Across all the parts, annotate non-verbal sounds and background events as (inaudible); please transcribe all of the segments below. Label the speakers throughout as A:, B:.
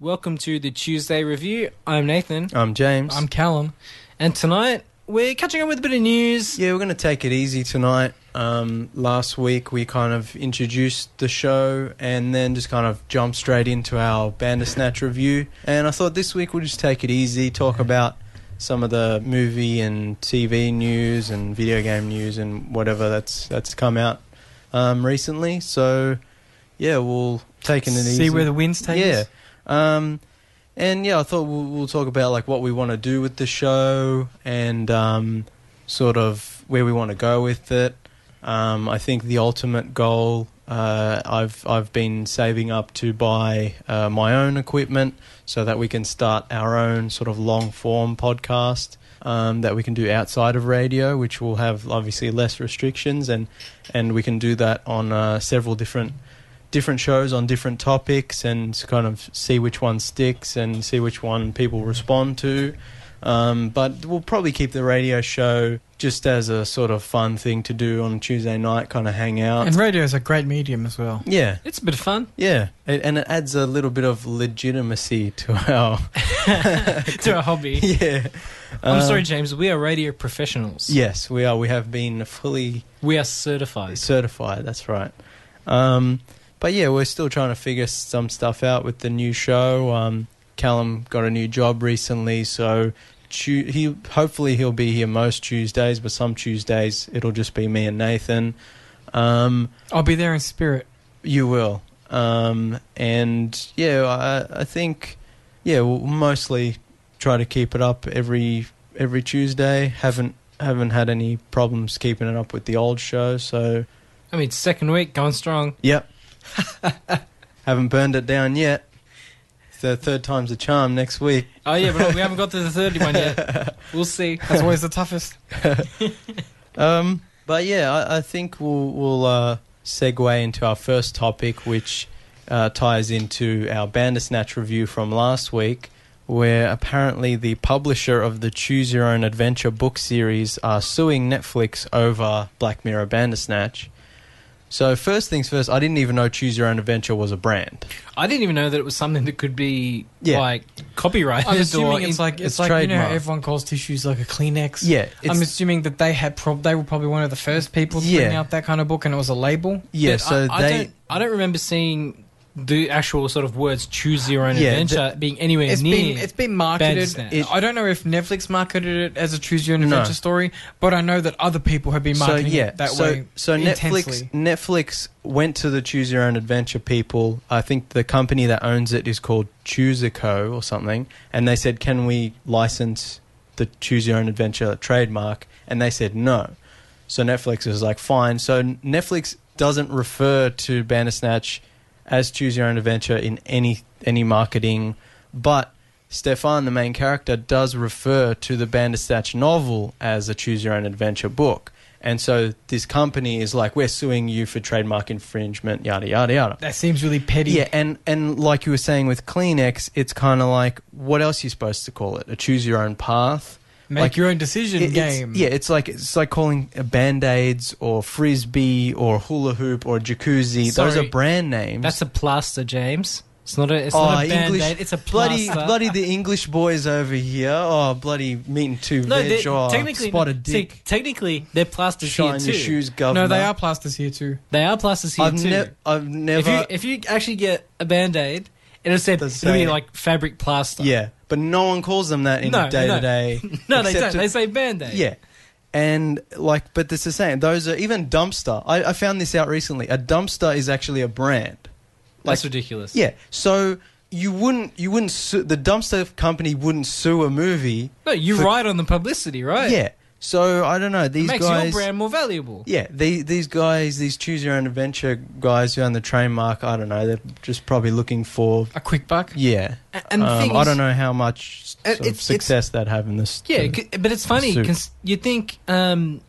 A: Welcome to the Tuesday review. I'm Nathan.
B: I'm Um, James.
A: I'm Callum. And tonight we're catching up with a bit of news.
B: yeah, we're going to take it easy tonight. Um, last week we kind of introduced the show and then just kind of jumped straight into our Bandersnatch review. And I thought this week we'll just take it easy, talk about some of the movie and TV news and video game news and whatever that's that's come out um, recently. So yeah, we'll take it
C: See
B: easy.
C: where the winds take
B: yeah.
C: us.
B: Um, and yeah, I thought we'll, we'll talk about like what we want to do with the show and um, sort of where we want to go with it. Um, I think the ultimate goal uh, I've I've been saving up to buy uh, my own equipment so that we can start our own sort of long form podcast um, that we can do outside of radio, which will have obviously less restrictions and and we can do that on uh, several different different shows on different topics and s- kind of see which one sticks and see which one people respond to. Um, but we'll probably keep the radio show just as a sort of fun thing to do on a Tuesday night, kind of hang out.
C: And radio is a great medium as well.
B: yeah,
A: It's a bit of
B: (laughs)
A: fun.
B: yeah, it, and it adds a little bit of legitimacy to (laughs) our
A: It's our hobby.
B: (laughs) yeah.
A: I'm
B: Um,
A: sorry, James. We are radio professionals.
B: Yes, we are. We have been fully
A: We are certified.
B: certified. That's right. Um, but yeah, we're still trying to figure some stuff out with the new show. Um, Callum got a new job recently, so tu- he hopefully he'll be here most Tuesdays, but some Tuesdays it'll just be me and Nathan. Um,
C: I'll be there in spirit.
B: you will, um, and yeah, I, I think yeah we'll mostly try to keep it up every every Tuesday. Haven't haven't had any problems keeping it up with the old show, so
A: I mean, second week, going strong.
B: Yep. Haven't burned it down yet. The third time's the charm next week.
A: Oh, yeah, but we haven't got to the third one
B: (laughs)
A: yet. We'll see.
C: That's always the (laughs) toughest.
B: Um, but yeah, I, I think we'll, we'll uh, segue into our first topic, which uh, ties into our Bandersnatch review from last week, where apparently the publisher of the Choose Your Own Adventure book series are suing Netflix over Black Mirror Bandersnatch. So, first things first, I didn't even know Choose Your Own Adventure was a brand.
A: I didn't even know that it was something that could be,
B: Yeah.
A: like, copyrighted.
C: I'm
A: or
C: assuming it's
A: in-
C: like it's,
B: it's
C: like you
B: trademark.
C: know everyone calls tissues like a Kleenex.
B: Yeah, it's-
C: I'm assuming that they had prob- they were probably one of the first people to bring
B: Yeah.
C: out that kind of book, and it was a label.
B: Yeah,
A: But
B: so
A: I, I
B: they.
A: don't, I don't remember seeing the actual sort of words "choose your own
B: Yeah,
A: adventure" being anywhere
C: It's
A: near.
C: been it's been marketed.
A: Bandersnatch.
B: It-
C: I don't know if Netflix marketed it as a choose your own
B: No.
C: adventure story, but I know that other people have been marketing it that
B: so,
C: way.
B: So Netflix
C: intensely.
B: Netflix went to the Choose Your Own Adventure people. I think the company that owns it is called Chooseco or something, and they said, "Can we license the Choose Your Own Adventure trademark?" And they said no. So Netflix was like, "Fine." So Netflix doesn't refer to Bandersnatch as Choose Your Own Adventure in any any marketing, but Stefan, the main character, does refer to the Bandersnatch novel as a Choose Your Own Adventure book. And so this company is like, we're suing you for trademark infringement, yada, yada, yada.
C: That seems really
A: Mm-hmm.
C: petty.
B: Yeah, and, and like you were saying with Kleenex, it's kind of like, what else are you supposed to call it? A choose your own path?
C: Make
B: Like,
C: your own decision
B: It- it's-
C: game.
B: yeah, it's like it's like calling band aids or frisbee or hula hoop or jacuzzi. Those
A: Sorry.
B: are brand names.
A: That's a plaster, James. It's not a. It's
B: Oh,
A: not a
B: English-
A: band-aid. It's a
B: bloody
A: plaster.
B: bloody the English boys over here. Oh, bloody meeting two
A: no,
B: veg.
A: they're-
B: Oh,
A: technically,
B: spotted
A: see,
B: dick.
A: technically, they're plasters
B: Shine
A: here
B: your
A: too.
B: shoes, governor.
C: No, they are plasters here too.
A: They are plasters here
B: I've,
A: too.
B: ne- I've
A: if
B: never.
A: you if you actually get a band aid, it'll say
B: Doesn't
A: it'll be
B: say-
A: like fabric plaster.
B: Yeah, but no one calls them that in
A: No,
B: day to day.
A: (laughs) No, they don't.
B: except-
A: They say band aid.
B: Yeah. And like, but it's the same. Those are even dumpster. I, I found this out recently. A dumpster is actually a brand.
A: that's ridiculous.
B: Yeah. So you wouldn't, you wouldn't, sue, the dumpster company wouldn't sue a movie.
A: No, you
B: For-
A: ride on the publicity, right?
B: Yeah. So I don't know.
A: It
B: These
A: makes
B: guys,
A: your brand more valuable.
B: yeah, these these guys, these choose your own adventure guys who own the trademark. I don't know. They're just probably looking for.
C: A quick buck.
B: Yeah.
A: A- and the
B: Um,
A: thing
B: I
A: is-
B: don't know how much
A: Uh,
B: sort
A: it's-
B: of
A: it's-
B: success that have in this.
A: Yeah, c- but it's funny
B: suit.
A: because you think um,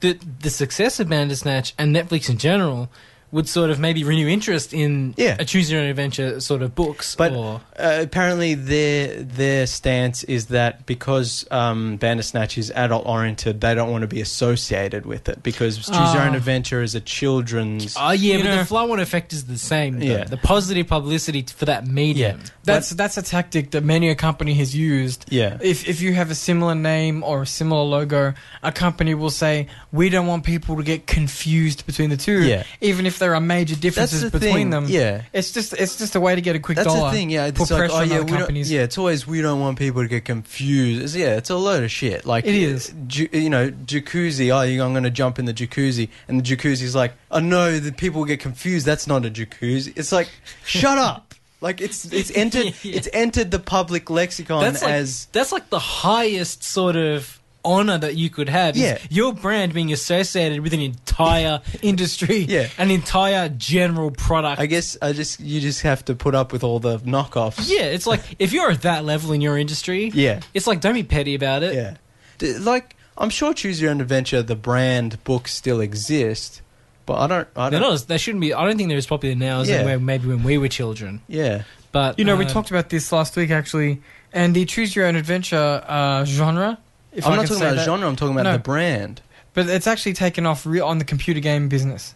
A: the the success of Bandersnatch and Netflix in general would sort of maybe renew interest in
B: Yeah.
A: a choose your own adventure sort of books.
B: But-
A: or,
B: Uh, apparently, their their stance is that because um, Bandersnatch is adult oriented, they don't want to be associated with it because Choose Your Own
A: Ah.
B: Adventure is a children's.
A: oh yeah,
C: You
A: but
C: know-
A: the flow on effect is the same. though.
B: Yeah.
A: the positive publicity t- for that medium.
C: That's that's a tactic that many a company has used.
B: Yeah,
C: If if you have a similar name or a similar logo, a company will say we don't want people to get confused between the two,
B: Yeah.
C: even if there are major differences between
B: thing,
C: them.
B: Yeah,
C: It's just it's just a way to get a quick
B: that's
C: dollar.
B: the thing. Yeah,
C: put
B: it's like,
C: pressure
B: oh
C: on
B: yeah,
C: other
B: we don't,
C: companies.
B: yeah. It's always we don't want people to get confused. It's- yeah, it's a load of shit. Like
C: It is.
B: ju- you know, jacuzzi. Oh, you- I'm going to jump in the jacuzzi, and the jacuzzi's like, oh no, the people get confused. That's not a jacuzzi. It's like, shut up. Like it's it's entered
A: (laughs) Yeah.
B: it's entered the public lexicon
A: That's like,
B: as
A: that's like the highest sort of honor that you could have. is
B: Yeah.
A: your brand being associated with an (laughs) entire industry,
B: Yeah.
A: an entire general product.
B: I guess I just you just have to put up with all the knockoffs.
A: yeah, it's like if you're at that level in your industry,
B: Yeah.
A: it's like don't be petty about it.
B: Yeah. D- Like I'm sure Choose Your Own Adventure the brand books still exist, but I don't I
A: They're
B: don't
A: not. as- They shouldn't be. I don't think they're as popular now as
B: Yeah.
A: they were maybe when we were children.
B: Yeah.
A: But
C: You know, we
A: uh,
C: talked about this last week actually, and the choose your own adventure uh, genre. If
B: I'm
C: I
B: not
C: can
B: talking
C: say
B: about
C: that.
B: genre, I'm talking about the
C: No.
B: brand.
C: But it's actually taken off re- on the computer game business.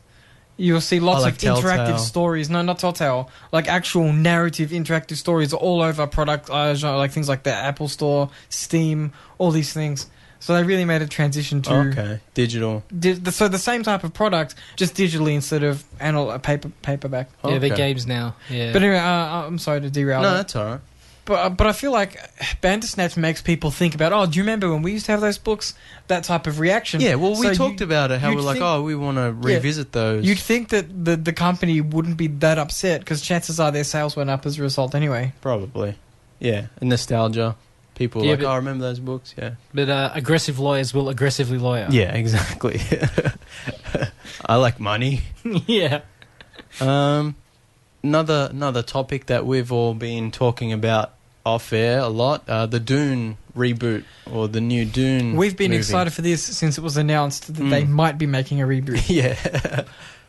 C: You'll see lots
B: Oh, like
C: of
B: Telltale.
C: interactive stories. No, not Telltale. Like actual narrative interactive stories all over product, uh, genre, like things like the Apple Store, Steam, all these things. So they really made a transition to
B: Oh, Okay. Digital.
C: di- the, so the same type of product, just digitally instead of anal- uh, paper paperback.
A: Yeah, they're
B: Okay.
A: games now. Yeah,
C: But anyway, uh, I'm sorry to derail.
B: No,
C: that.
B: that's alright.
C: But but I feel like Bandersnatch makes people think about. Oh, do you remember when we used to have those books? That type of reaction.
B: Yeah, well we
C: So
B: talked
C: you,
B: about it, how
C: you'd
B: we're like,
C: think-
B: oh we wanna revisit those.
C: You'd think that the the company wouldn't be that upset because chances are their sales went up as a result anyway.
B: Probably. Yeah. And nostalgia. People
A: Yeah,
B: like,
A: but-
B: oh, I remember those books, yeah.
A: but uh, aggressive lawyers will aggressively lawyer.
B: Yeah, exactly. (laughs) I like money.
A: (laughs) yeah.
B: Um, another another topic that we've all been talking about off air a lot: uh, the Dune reboot or the new Dune.
C: We've been
B: movie.
C: excited for this since it was announced that
B: Mm.
C: they might be making a reboot.
B: (laughs) yeah,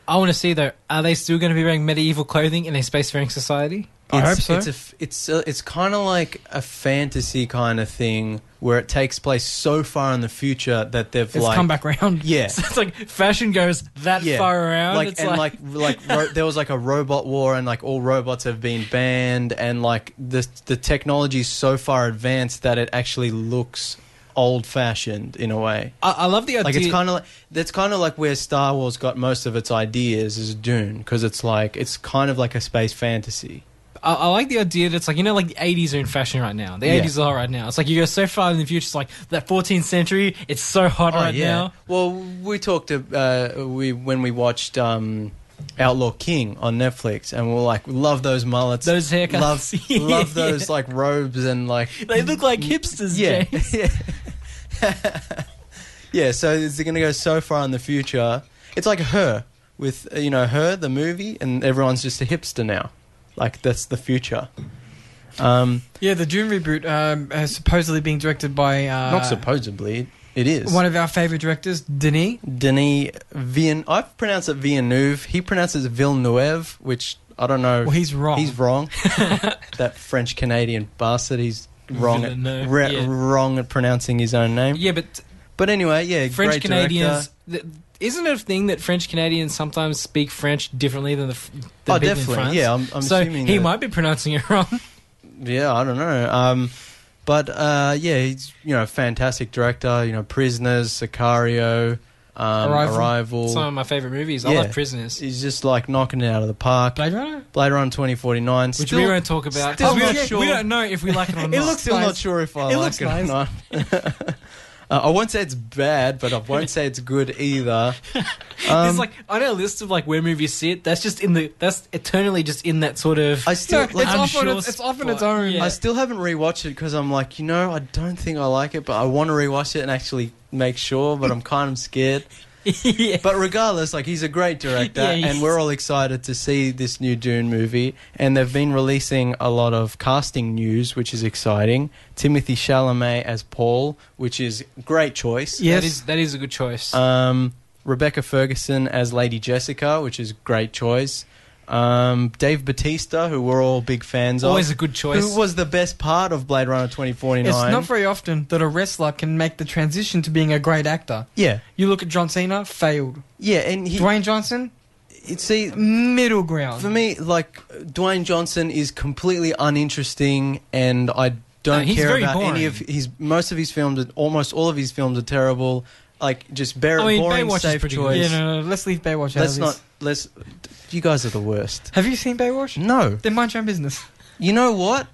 A: I want to see though. Are they still going to be wearing medieval clothing in a spacefaring society?
C: I
B: It's-
C: hope so.
B: It's a f it's a, it's kind of like a fantasy kind of thing where it takes place so far in the future that they've
C: It's
B: like
C: come back round. (laughs)
A: (laughs)
B: yeah.
A: So it's like fashion goes that
B: Yeah.
A: far around.
B: Like
A: it's
B: and
A: like,
B: like like
C: (laughs)
B: ro- there was like a robot war and like all robots have been banned and like the the technology is so far advanced that it actually looks old fashioned in a way.
A: I, I love the
C: Uh,
A: idea.
B: like it's kind of like that's kind of like where Star Wars got most of its ideas is Dune because it's like it's kind of like a space fantasy.
A: I, I like the idea that it's like you know, like the eighties are in fashion right now. The
B: Yeah.
A: eighties are hot right now. It's like you go so far in the future. It's like that fourteenth century. It's so hot right now.
B: Oh, Well, we talked uh, we when we watched um, Outlaw King on Netflix, and we we're like, love those mullets,
A: Those haircuts.
B: love
A: (laughs) Yeah.
B: love those like robes and like
A: (laughs) They look like hipsters.
B: yeah,
A: James.
B: (laughs) yeah. So it's going to go so far in the future. It's like her with uh, you know her the movie, and everyone's just a hipster now. Like that's the future. Um,
C: Yeah, the Dune reboot um, is supposedly being directed by uh,
B: not supposedly, it is.
C: one of our favorite directors, Denis.
B: Denis Villeneuve. I've pronounced it Villeneuve. He pronounces it Villeneuve, which I don't know.
C: Well, he's wrong.
B: He's wrong.
A: (laughs)
B: that French Canadian bastard. He's wrong. At,
A: Villeneuve,
B: re-
A: yeah.
B: Wrong at pronouncing his own name.
A: Yeah, but
B: But anyway, yeah,
A: French
B: great
A: Canadians.
B: director.
A: Th- isn't it a thing that French Canadians sometimes speak French differently than the, f- than
B: Oh,
A: people
B: definitely.
A: in France?
B: Yeah, I'm, I'm
A: so
B: assuming
A: he
B: that-
A: might be pronouncing it wrong.
B: Yeah, I don't know. Um, but uh, yeah, he's you know fantastic director. You know, Prisoners, Sicario, um,
C: Arrival.
B: Arrival.
A: Some of my favorite movies. I
B: Yeah.
A: love Prisoners,
B: He's just like knocking it out of the park.
C: Blade Runner.
B: Blade Runner 2049.
A: which
B: still,
A: we won't talk about. Oh,
B: still
A: we,
B: not
A: don't,
B: sure.
A: we don't know if we like it or not.
B: (laughs) it looks. Still
C: nice.
B: not sure if I
C: It
B: like
C: looks
B: it
C: nice.
B: or not. (laughs) Uh, I won't say it's bad, but I won't say it's good
C: (laughs)
B: either. Um,
A: There's like on our list of like where movies sit. That's just in the. That's eternally just in that sort of.
B: I
C: No,
B: still,
C: it's
B: like,
A: I'm
C: off on
A: sure
C: its, it's off on
A: spot.
C: its own.
A: Yeah.
B: I still haven't rewatched it because I'm like, you know, I don't think I like it, but I want to rewatch it and actually make sure. But I'm kind of
C: (laughs)
B: scared.
A: yeah. (laughs)
B: But regardless, like he's a great director,
A: Yeah, he
B: and
A: is.
B: we're all excited to see this new Dune movie. And they've been releasing a lot of casting news, which is exciting. Timothy Chalamet as Paul, which is great choice.
C: Yes.
A: That is that is a good choice.
B: Um, Rebecca Ferguson as Lady Jessica, which is great choice. Um, Dave Batista, who we're all big fans
A: Always a
B: of,
A: good choice.
B: Uh, who was the best part of Blade Runner twenty forty
C: It's
B: nine.
C: not very often that a wrestler can make the transition to being a great actor.
B: yeah,
C: You look at John Cena, failed.
B: yeah, and he
C: Dwayne Johnson,
B: it- see
C: middle ground.
B: for me like Dwayne Johnson is completely uninteresting, and I
A: Uh,
B: don't
A: he's
B: care
A: very
B: about any
A: boring.
B: of his most of his films. Almost all of his films are terrible. Like just bare,
A: I mean,
B: boring,
A: Baywatch is
B: safe
A: pretty
B: choice.
A: good.
C: yeah, no, no, let's leave Baywatch
B: Let's
C: out of this.
B: not. Let's. You guys are the worst.
C: Have you seen Baywatch?
B: No.
C: Then mind your own business.
B: You know what?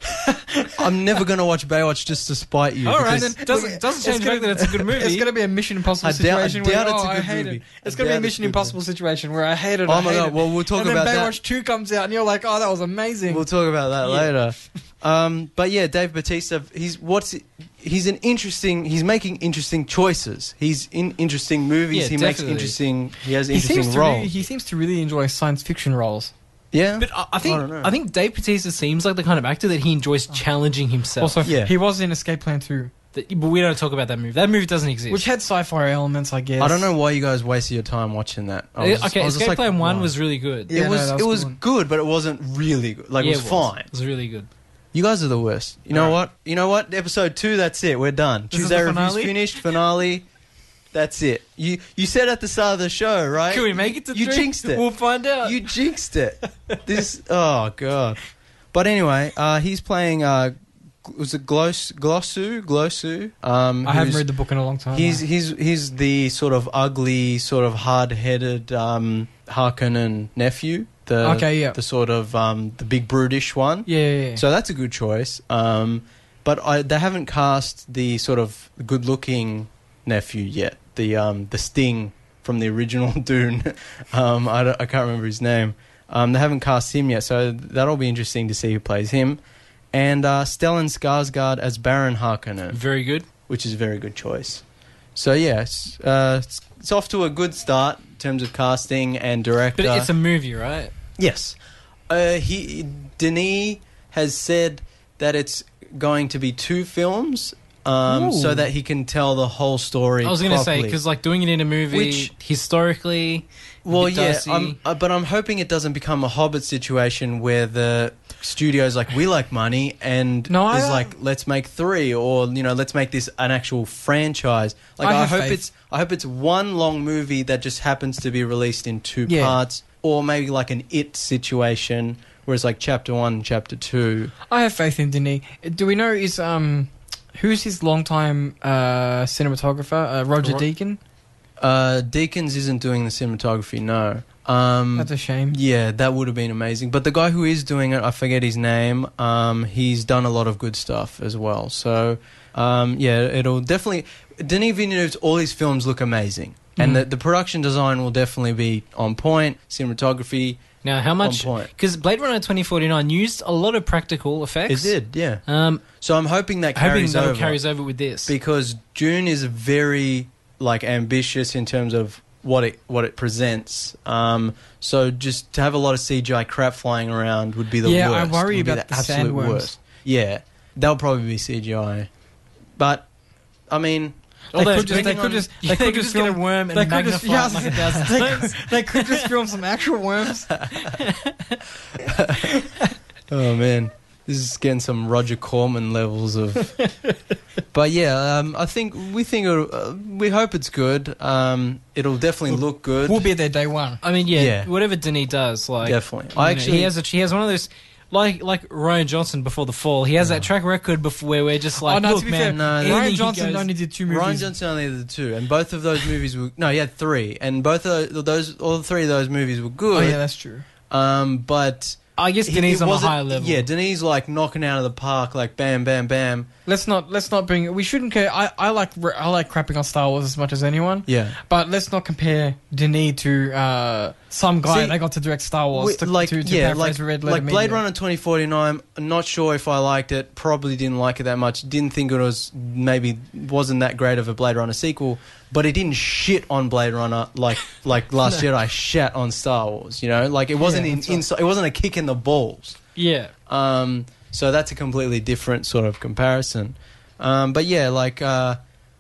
B: (laughs) I'm never going to watch Baywatch just to spite you.
A: All right,
B: because-
A: then doesn't doesn't change the fact that it's a good movie.
C: It's going to be a Mission Impossible
B: I doubt- I
C: situation
B: doubt
C: where
B: it's a
C: oh, I
B: good
C: hate
B: movie.
C: it. It's
B: I
C: going to be
B: doubt
C: a
B: it's
C: Mission
B: a good
C: Impossible situation where I hate it. I
B: Oh my
C: hate
B: god!
C: it.
B: Well, we'll talk
C: and
B: about
C: then
B: that.
C: Baywatch Two comes out, and you're like, "Oh, that was amazing."
B: We'll talk about that
C: Yeah.
B: later. Um, but yeah, Dave Batista. He's what's he's an interesting. He's making interesting choices. He's in interesting movies.
A: Yeah,
B: he
A: definitely.
B: makes interesting. He has
C: he
B: interesting
C: seems to
B: roles.
C: really, he seems to really enjoy science fiction roles.
B: yeah.
A: But I, I
B: I don't
A: think
B: know. Oh.
A: I, think Dave Bautista seems like the kind of actor that he enjoys challenging himself.
C: Also,
B: Yeah.
C: he was in Escape Plan Two,
A: That- but we don't talk about that movie. That movie doesn't exist.
C: which had sci-fi elements, I guess.
B: I don't know why you guys wasted your time watching that. I was-
A: Uh, okay,
B: I was just
A: Escape
B: like,
A: Plan One
B: why?
A: was really good.
C: Yeah,
B: it
C: no,
B: was
C: that was
B: it
C: a
B: was
C: good one.
B: good, but it wasn't really good. Like
A: Yeah,
B: it was fine.
A: It was really good.
B: You guys are the worst. You know
A: Alright.
B: what? You know what? Episode two, that's it. We're done.
C: This is
B: Tuesday
C: the
B: review's
C: finale?
B: finished. Finale. That's it. You you said at the start of the show, right?
A: Can we make it to
B: You
A: three?
B: jinxed it.
A: We'll find out.
B: you jinxed it. This oh god. But anyway, uh, he's playing. Uh, g- was it Gloss Glossu Glossu? Um,
C: I haven't
B: who's-
C: read the book in a long time.
B: He's
C: though.
B: he's he's the sort of ugly, sort of hard-headed um, Harkonnen nephew. The
C: okay, yeah.
B: uh, the sort of um, the big brutish one.
C: yeah, yeah, yeah.
B: So that's a good choice. Um, but I, they haven't cast the sort of good looking nephew yet. The um, the Sting from the original (laughs) Dune. um, I, don't- I can't remember his name. Um, they haven't cast him yet, so that'll be interesting to see who plays him. And uh, Stellan Skarsgård as Baron Harkonnen,
A: Very good.
B: which is a very good choice. So yes, uh, it's, it's off to a good start in terms of casting and director.
A: But it's a movie, right?
B: Yes. Uh, he Denis has said that it's going to be two films, um,
C: Ooh.
B: so that he can tell the whole story.
A: I was going to say
B: properly.
A: because like doing it in a movie,
B: Which-
A: historically,
B: well,
A: it
B: yeah,
A: does see-
B: I'm, uh, but I'm hoping it doesn't become a Hobbit situation where the studio's like, we like money, and
C: No, I
B: is
C: don't-
B: like, let's make three, or you know, let's make this an actual franchise. Like,
C: I
B: I,
C: have
B: hope
C: faith.
B: it's, I hope it's one long movie that just happens to be released in two
C: Yeah.
B: parts, or maybe like an It situation, where it's like chapter one, and chapter two.
C: I have faith in Denis. Do we know is um who's his longtime uh cinematographer? Uh, Roger
B: Ro-
C: Deakin.
B: Uh, Deacons isn't doing the cinematography, no. Um,
C: That's a shame.
B: Yeah, that would have been amazing. But the guy who is doing it, I forget his name. Um, he's done a lot of good stuff as well. So um, yeah, it'll definitely. Denis Villeneuve's all his films look amazing,
A: Mm-hmm.
B: and
C: Mhm.
B: the, the production design will definitely be on point. Cinematography
A: now how much?
B: on point.
A: Because Blade Runner 2049 used a lot of practical effects.
B: It did, yeah.
A: Um,
B: So I'm hoping that
A: hoping
B: carries
A: that
B: over
A: carries over with this.
B: because June is very like ambitious in terms of what it what it presents. Um, so just to have a lot of CGI crap flying around would be the
C: Yeah, I
B: worst.
C: worry
B: Would be
C: about the
B: absolute
C: sandworms.
B: worst. Yeah, that'll probably be CGI. But I mean,
C: They
A: Although,
C: could just, they
B: depending on-
C: could just, they could just film
A: get a worm
C: they
A: and
C: could just-
A: magnify it like a
C: yeah,
A: thousand
C: they
A: times.
C: they could just film some actual worms.
B: oh man, this is getting some Roger Corman levels
C: (laughs)
B: of. but yeah, um, I think we think it'll, uh, we hope it's good. Um, it'll definitely look good.
C: We'll be there day one.
A: I mean, yeah,
B: Yeah.
A: whatever Denis does, like
B: definitely.
A: you know,
B: I actually
A: he has a, he has one of those. Like like Ryan Johnson before the fall, he has that track record before where we're just like,
C: oh no,
A: look,
C: to be
A: man,
B: no,
C: fair,
A: anything
C: Ryan
A: he
C: Johnson
A: goes-
C: only did two movies.
B: Ryan Johnson only had the two, and both of those movies were no, he had three, and both of tho- those, all three of those movies were
C: Oh
B: good.
C: yeah, that's true.
B: Um, but
A: I guess
B: he-
A: Denis
B: he
A: on a
B: wasn't-
A: higher level.
B: Yeah, Denis like knocking out of the park, like bam, bam, bam.
C: Let's not let's not bring. We shouldn't. Care. I I like I like crapping on Star Wars as much as anyone.
B: Yeah,
C: But let's not compare Denis to uh, some guy
B: See,
C: they got to direct Star Wars.
B: We-
C: to,
B: like
C: to, to
B: yeah, like,
C: paraphrase Red Letter
B: like Blade
C: Media.
B: Runner twenty forty nine. Not sure if I liked it. Probably didn't like it that much. Didn't think it was maybe wasn't that great of a Blade Runner sequel. But it didn't shit on Blade Runner like like
C: (laughs)
B: Last Jedi shat on Star Wars. You know, like it wasn't
C: Yeah,
B: in,
C: that's right.
B: inside. It wasn't a kick in the balls.
A: yeah.
B: Um, so that's a completely different sort of comparison. Um, but yeah, like uh,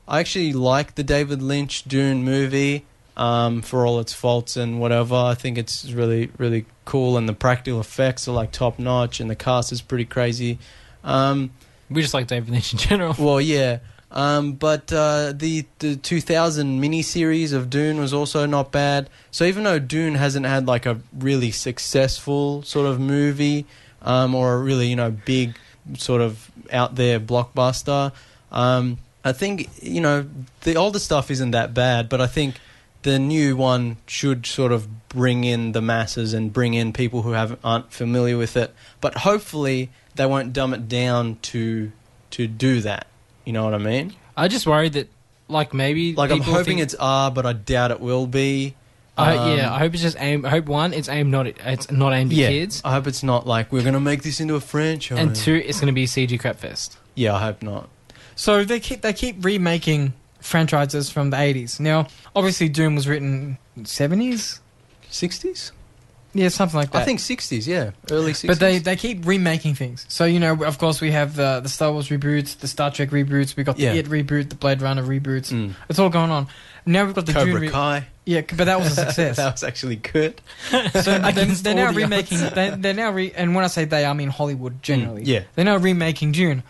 B: I actually like the David Lynch Dune movie. um, for all its faults and whatever. I think it's really, really cool, and the practical effects are like top notch, and the cast is pretty crazy. Um,
A: We just like David Lynch in general.
B: well, yeah. Um, but uh, the the 2000 miniseries of Dune was also not bad. So even though Dune hasn't had like a really successful sort of movie um, or a really you know big sort of out there blockbuster, um, I think you know the older stuff isn't that bad. But I think the new one should sort of bring in the masses and bring in people who have aren't familiar with it. But hopefully they won't dumb it down to to do that. You know what I mean?
A: I just worried that, like, maybe
B: Like I'm
A: people
B: hoping
A: think-
B: it's R, but I doubt it will be.
A: I-
B: Um,
A: yeah, I hope it's just aimed. I hope one, it's aimed not. at- It's not aimed at
B: yeah.
A: kids,
B: I hope it's not like we're gonna make this into a franchise.
A: and two, it's going to be CG crap fest.
B: yeah, I hope not.
C: So they keep they keep remaking franchises from the eighties. Now, obviously, Doom was written seventies,
B: Sixties?
C: yeah, something like that.
B: I think sixties. Yeah, early sixties.
C: Uh, But they, they keep remaking things. So, you know, of course, we have the, the Star Wars reboots, the Star Trek reboots, we got the
B: Yeah.
C: It reboot, the Blade Runner reboots.
B: Mm.
C: It's all going on. Now we've got the Dune
B: Cobra
C: re-
B: Kai.
C: Yeah, but that was
B: (laughs)
C: a success.
B: that was actually good.
C: so they're,
A: Against
C: they're
A: all
C: now
A: the
C: remaking. They, they're now re- and when I say they, I mean Hollywood generally.
B: Mm, yeah.
C: they're now remaking Dune.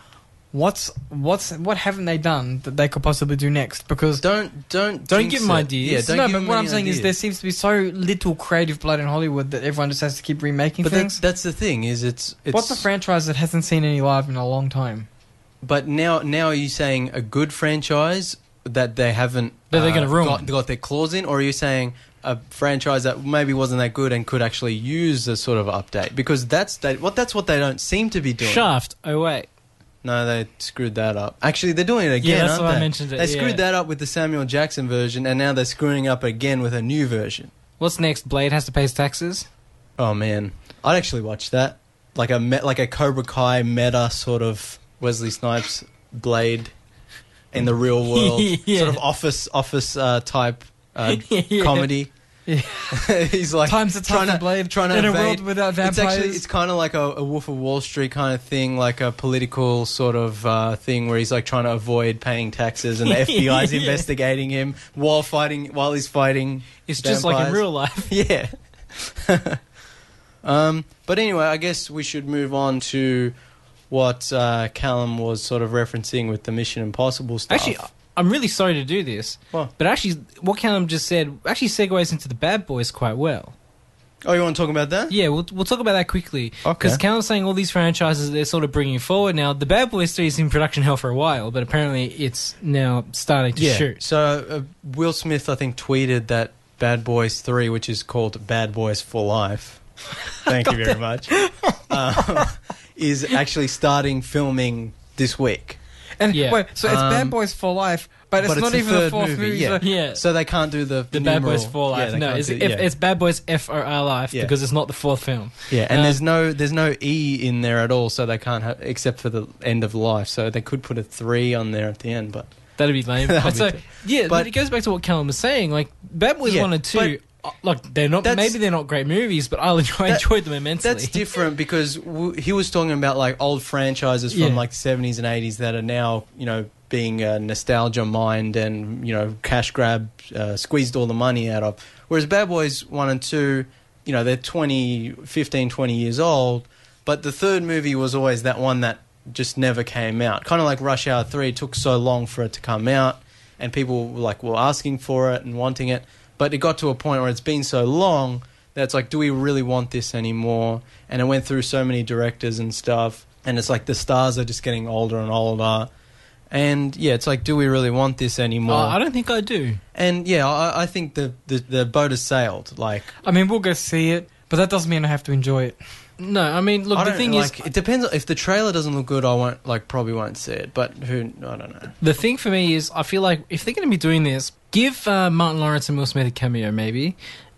C: What's what's what haven't they done that they could possibly do next? Because
B: Don't don't
A: Don't
B: jinx
A: give 'em
B: it.
A: ideas.
B: Yeah, don't
C: no,
B: give
C: but
B: 'em
C: what I'm
B: any
C: saying is
B: ideas.
C: there seems to be so little creative blood in Hollywood that everyone just has to keep remaking
B: But
C: things.
B: that's, that's the thing is it's it's
C: What's a franchise that hasn't seen any live in a long time?
B: But now, now are you saying a good franchise that they haven't uh,
A: That they're gonna ruin.
B: got, got their claws in, or are you saying a franchise that maybe wasn't that good and could actually use a sort of update? Because that's they, what that's what they don't seem to be doing.
A: Shaft. Oh wait,
B: No, they screwed that up. Actually, they're doing it again.
A: that's
B: aren't
A: why I
B: they?
A: mentioned it,
B: They screwed
A: yeah.
B: that up with the Samuel Jackson version, and now they're screwing up again with a new version.
A: what's next? Blade has to pay his taxes.
B: Oh man, I'd actually watch that. Like a me- like a Cobra Kai meta sort of Wesley Snipes blade in the real
A: (laughs)
B: world,
A: Yeah.
B: sort of office office uh, type uh,
A: (laughs) Yeah.
B: comedy.
C: Yeah.
B: (laughs) He's like
C: Times a
B: trying
C: time
B: to
C: blade
B: trying to
C: in a
B: evade-
C: world without vampires.
B: It's actually it's kind of like a, a Wolf of Wall Street kind of thing, like a political sort of uh, thing where he's like trying to avoid paying
A: (laughs)
B: taxes, and the FBI's
A: Yeah.
B: investigating him while fighting while he's fighting.
A: It's just like in
B: vampires.
A: real life.
B: (laughs) Yeah. um, but anyway, I guess we should move on to what uh, Callum was sort of referencing with the Mission Impossible stuff.
A: Actually, (laughs) I'm really sorry to do this,
B: What?
A: but actually, what Callum just said actually segues into the Bad Boys quite well.
B: oh, you want to talk about that?
A: Yeah, we'll we'll talk about that quickly.
B: Okay.
A: Because Callum's saying all these franchises they're sort of bringing forward now. The Bad Boys 3 is in production hell for a while, but apparently it's now starting to shoot.
B: So uh, Will Smith, I think, tweeted that Bad Boys Three, which is called Bad Boys for Life. Thank you very much. um, is actually starting filming this week,
C: and
A: yeah.
C: wait, so it's
B: Um,
C: Bad Boys for Life, but it's
B: but it's
C: not
B: the
C: even the
B: third
C: fourth movie.
B: movie, (laughs) yeah.
C: so-
A: Yeah.
B: so they can't do the
A: Uh, the Bad Boys
B: numeral-
A: for
B: Yeah,
A: Life.
B: they
A: no,
B: can't
A: it's,
B: do-
A: F,
B: yeah.
A: it's Bad Boys F O R Life
B: Yeah.
A: because it's not the fourth film.
B: Yeah, and
A: Uh,
B: there's no there's no e in there at all, so they can't ha- except for the end of life. So they could put a three on there at the end, but
A: That'd
B: (laughs)
A: be lame.
B: That'd
A: But
B: be
A: so
B: good.
A: yeah, but,
B: But-
A: it goes back to what Callum was saying. Like Bad Boys
B: Yeah,
A: one and two, uh, like they're not.
B: That's-
A: Maybe they're not great movies, but I (laughs) enjoy, I
B: That-
A: enjoyed them immensely.
B: that's different because w- he was talking about like old franchises from
A: Yeah.
B: like the seventies and eighties that are now you know being uh, nostalgia mined and you know cash grab uh, squeezed all the money out of. Whereas Bad Boys one and two, you know they're 20, 15, 20 years old, but the third movie was always that one that just never came out. Kind of like Rush Hour three it took so long for it to come out, and people were like were asking for it and wanting it. But it got to a point where it's been so long that's like, do we really want this anymore? And it went through so many directors and stuff, and it's like the stars are just getting older and older. And yeah, it's like, do we really want this anymore?
A: Uh, I don't think I do.
B: and yeah, I, I think the, the the boat has sailed. Like,
C: I mean, we'll go see it, but that doesn't mean I have to enjoy it.
A: No, I mean, look,
B: I
A: the
B: don't-
A: thing is,
B: like, it depends. If the trailer doesn't look good, I won't like probably won't see it. But who? I don't know.
A: The thing for me is, I feel like if they're going to be doing this, give uh, Martin Lawrence and Will Smith a cameo, maybe,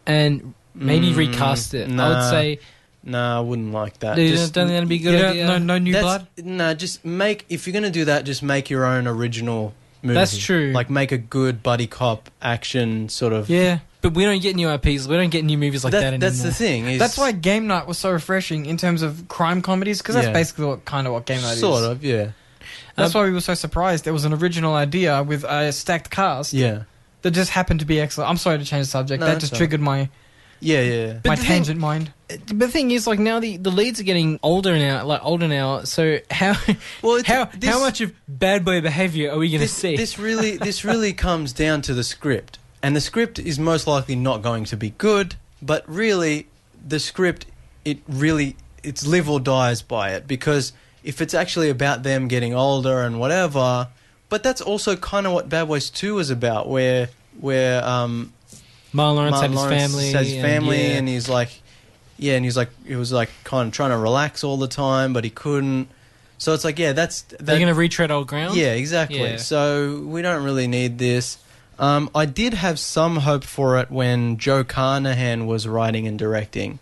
A: and maybe
B: Mm,
A: recast it. I would
B: nah.
A: say
B: Nah, I wouldn't like that.
A: you
B: Just-
A: don't think that'd be a
C: You
A: good
C: don't-
A: idea.
C: No, no new blood.
B: No, just make if you're gonna do that, just make your own original movie.
A: That's true.
B: Like make a good buddy cop action sort of.
C: Yeah,
A: But we don't get new IPs. We don't get new movies like that, anymore.
B: That's the thing. Is
C: that's why Game Night was so refreshing in terms of crime comedies because that's
B: Yeah.
C: basically what kind of what Game Night
B: sort
C: is.
B: of yeah
C: That's why we were so surprised. There was an original idea with a stacked cast.
B: yeah
C: that just happened to be excellent. I'm sorry to change the subject.
B: No,
C: that
B: that's
C: just
B: all right.
C: triggered my
B: Yeah, yeah.
A: But
C: my
A: the thing-
C: tangent mind.
A: But the thing is, like now the, the leads are getting older now, like older now. So how
B: Well, it's-
A: how
B: this-
A: how much of bad boy behavior are we going to
B: This,
A: see?
B: this really, this really comes down to the script, and the script is most likely not going to be good. But really, the script, it really, it's live or dies by it because if it's actually about them getting older and whatever, but that's also kind of what Bad Boys Two is about, where where um,
A: Marlon Lawrence had
B: Martin
A: his
B: Lawrence
A: family.
B: had his family,
A: yeah.
B: and he's like, yeah, and he's like, he was like kind of trying to relax all the time, but he couldn't. So it's like, yeah, that's
A: they're
B: that,
A: going to retread old ground.
B: yeah, exactly.
A: Yeah.
B: So we don't really need this. Um, I did have some hope for it when Joe Carnahan was writing and directing,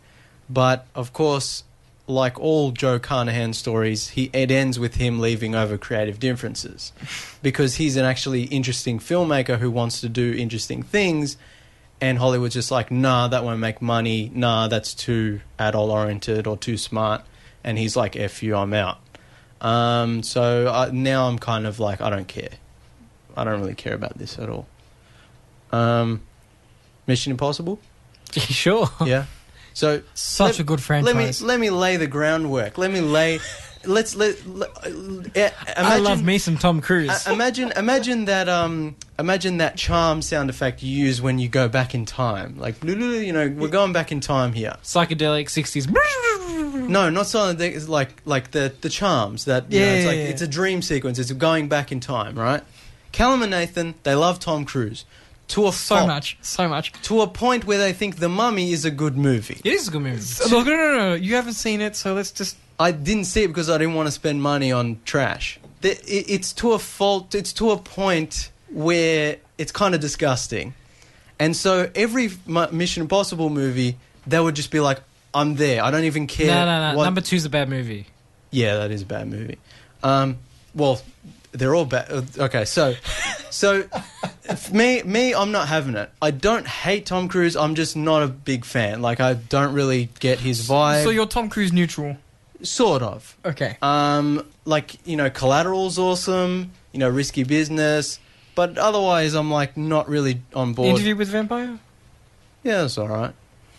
B: but of course, like all Joe Carnahan stories, he it ends with him leaving over creative differences, because he's an actually interesting filmmaker who wants to do interesting things, and Hollywood's just like, nah, that won't make money. Nah, that's too adult oriented or too smart. And he's like, F you, I'm out. Um, so I, now I'm kind of like, I don't care. I don't really care about this at all. Um, Mission Impossible?
A: (laughs) sure.
B: Yeah. So
C: Such
B: let-
C: a good
B: let me
C: franchise.
B: let me lay the groundwork. Let me lay. let's let. let uh, imagine,
A: I love me some Tom Cruise.
B: I- imagine, imagine that, um, imagine that charm sound effect you use when you go back in time. Like, you know, we're going back in time here.
A: Psychedelic
B: (laughs)
A: sixties.
B: No, not silent. Thing, it's like, like the the charms that. You know,
C: Yeah,
B: it's
C: yeah,
B: like
C: yeah.
B: it's a dream sequence. It's going back in time, right? Callum and Nathan, they love Tom Cruise to a
C: so
B: fault,
C: much, so much.
B: to a point where they think The Mummy is a good movie.
A: It is a good movie.
C: So, look, no, no, no, no, you haven't seen it, so let's just.
B: I didn't see it because I didn't want to spend money on trash. The, it, it's to a fault. It's to a point where it's kind of disgusting, and so every M- Mission Impossible movie, they would just be like, "I'm there. I don't even care."
A: No, no, no.
B: what-
A: Number two's a bad movie.
B: yeah, that is a bad movie. Um, well, they're all bad. Uh, Okay,
C: (laughs)
B: so, so f- me, me, I'm not having it. I don't hate Tom Cruise. I'm just not a big fan. Like, I don't really get his vibe.
C: so you're Tom Cruise neutral.
B: sort of.
C: Okay.
B: Um, like you know, Collateral's awesome. You know, Risky Business. But otherwise, I'm like not really on board.
C: Interview with Vampire?
B: Yeah, that's all right.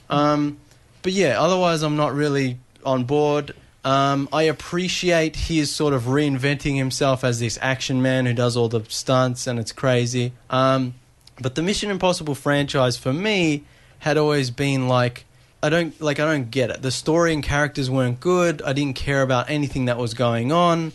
B: Um, but yeah, otherwise, I'm not really on board. Um, I appreciate his sort of reinventing himself as this action man who does all the stunts and it's crazy. Um, but the Mission Impossible franchise for me had always been like I don't like I don't get it. The story and characters weren't good. I didn't care about anything that was going on.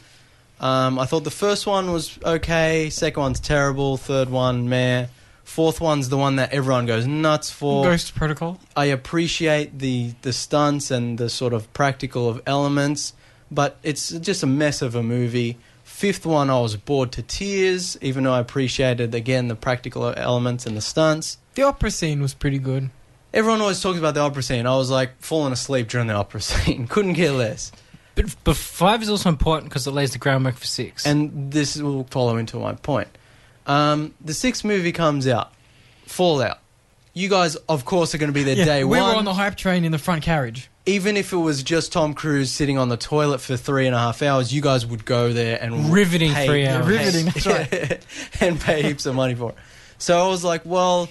B: Um, I thought the first one was okay. Second one's terrible. Third one, meh. Fourth one's the one that everyone goes nuts for.
C: Ghost Protocol?
B: I appreciate the the stunts and the sort of practical of elements, but it's just a mess of a movie. Fifth one, I was bored to tears, even though I appreciated again the practical elements and the stunts.
C: The opera scene was pretty good.
B: Everyone always talks about the opera scene. I was like falling asleep during the opera (laughs) scene. Couldn't care less.
A: But, but five is also important because it lays the groundwork for six.
B: And this will follow into my point. Um, the sixth movie comes out, Fallout. You guys, of course, are going to be there
C: Yeah,
B: day
C: we
B: one.
C: were on the hype train in the front carriage.
B: even if it was just Tom Cruise sitting on the toilet for three and a half hours, you guys would go there and
A: Riveting
B: pay-
A: three hours.
C: Riveting, that's
B: (laughs) and pay heaps of money for it. So I was like, well,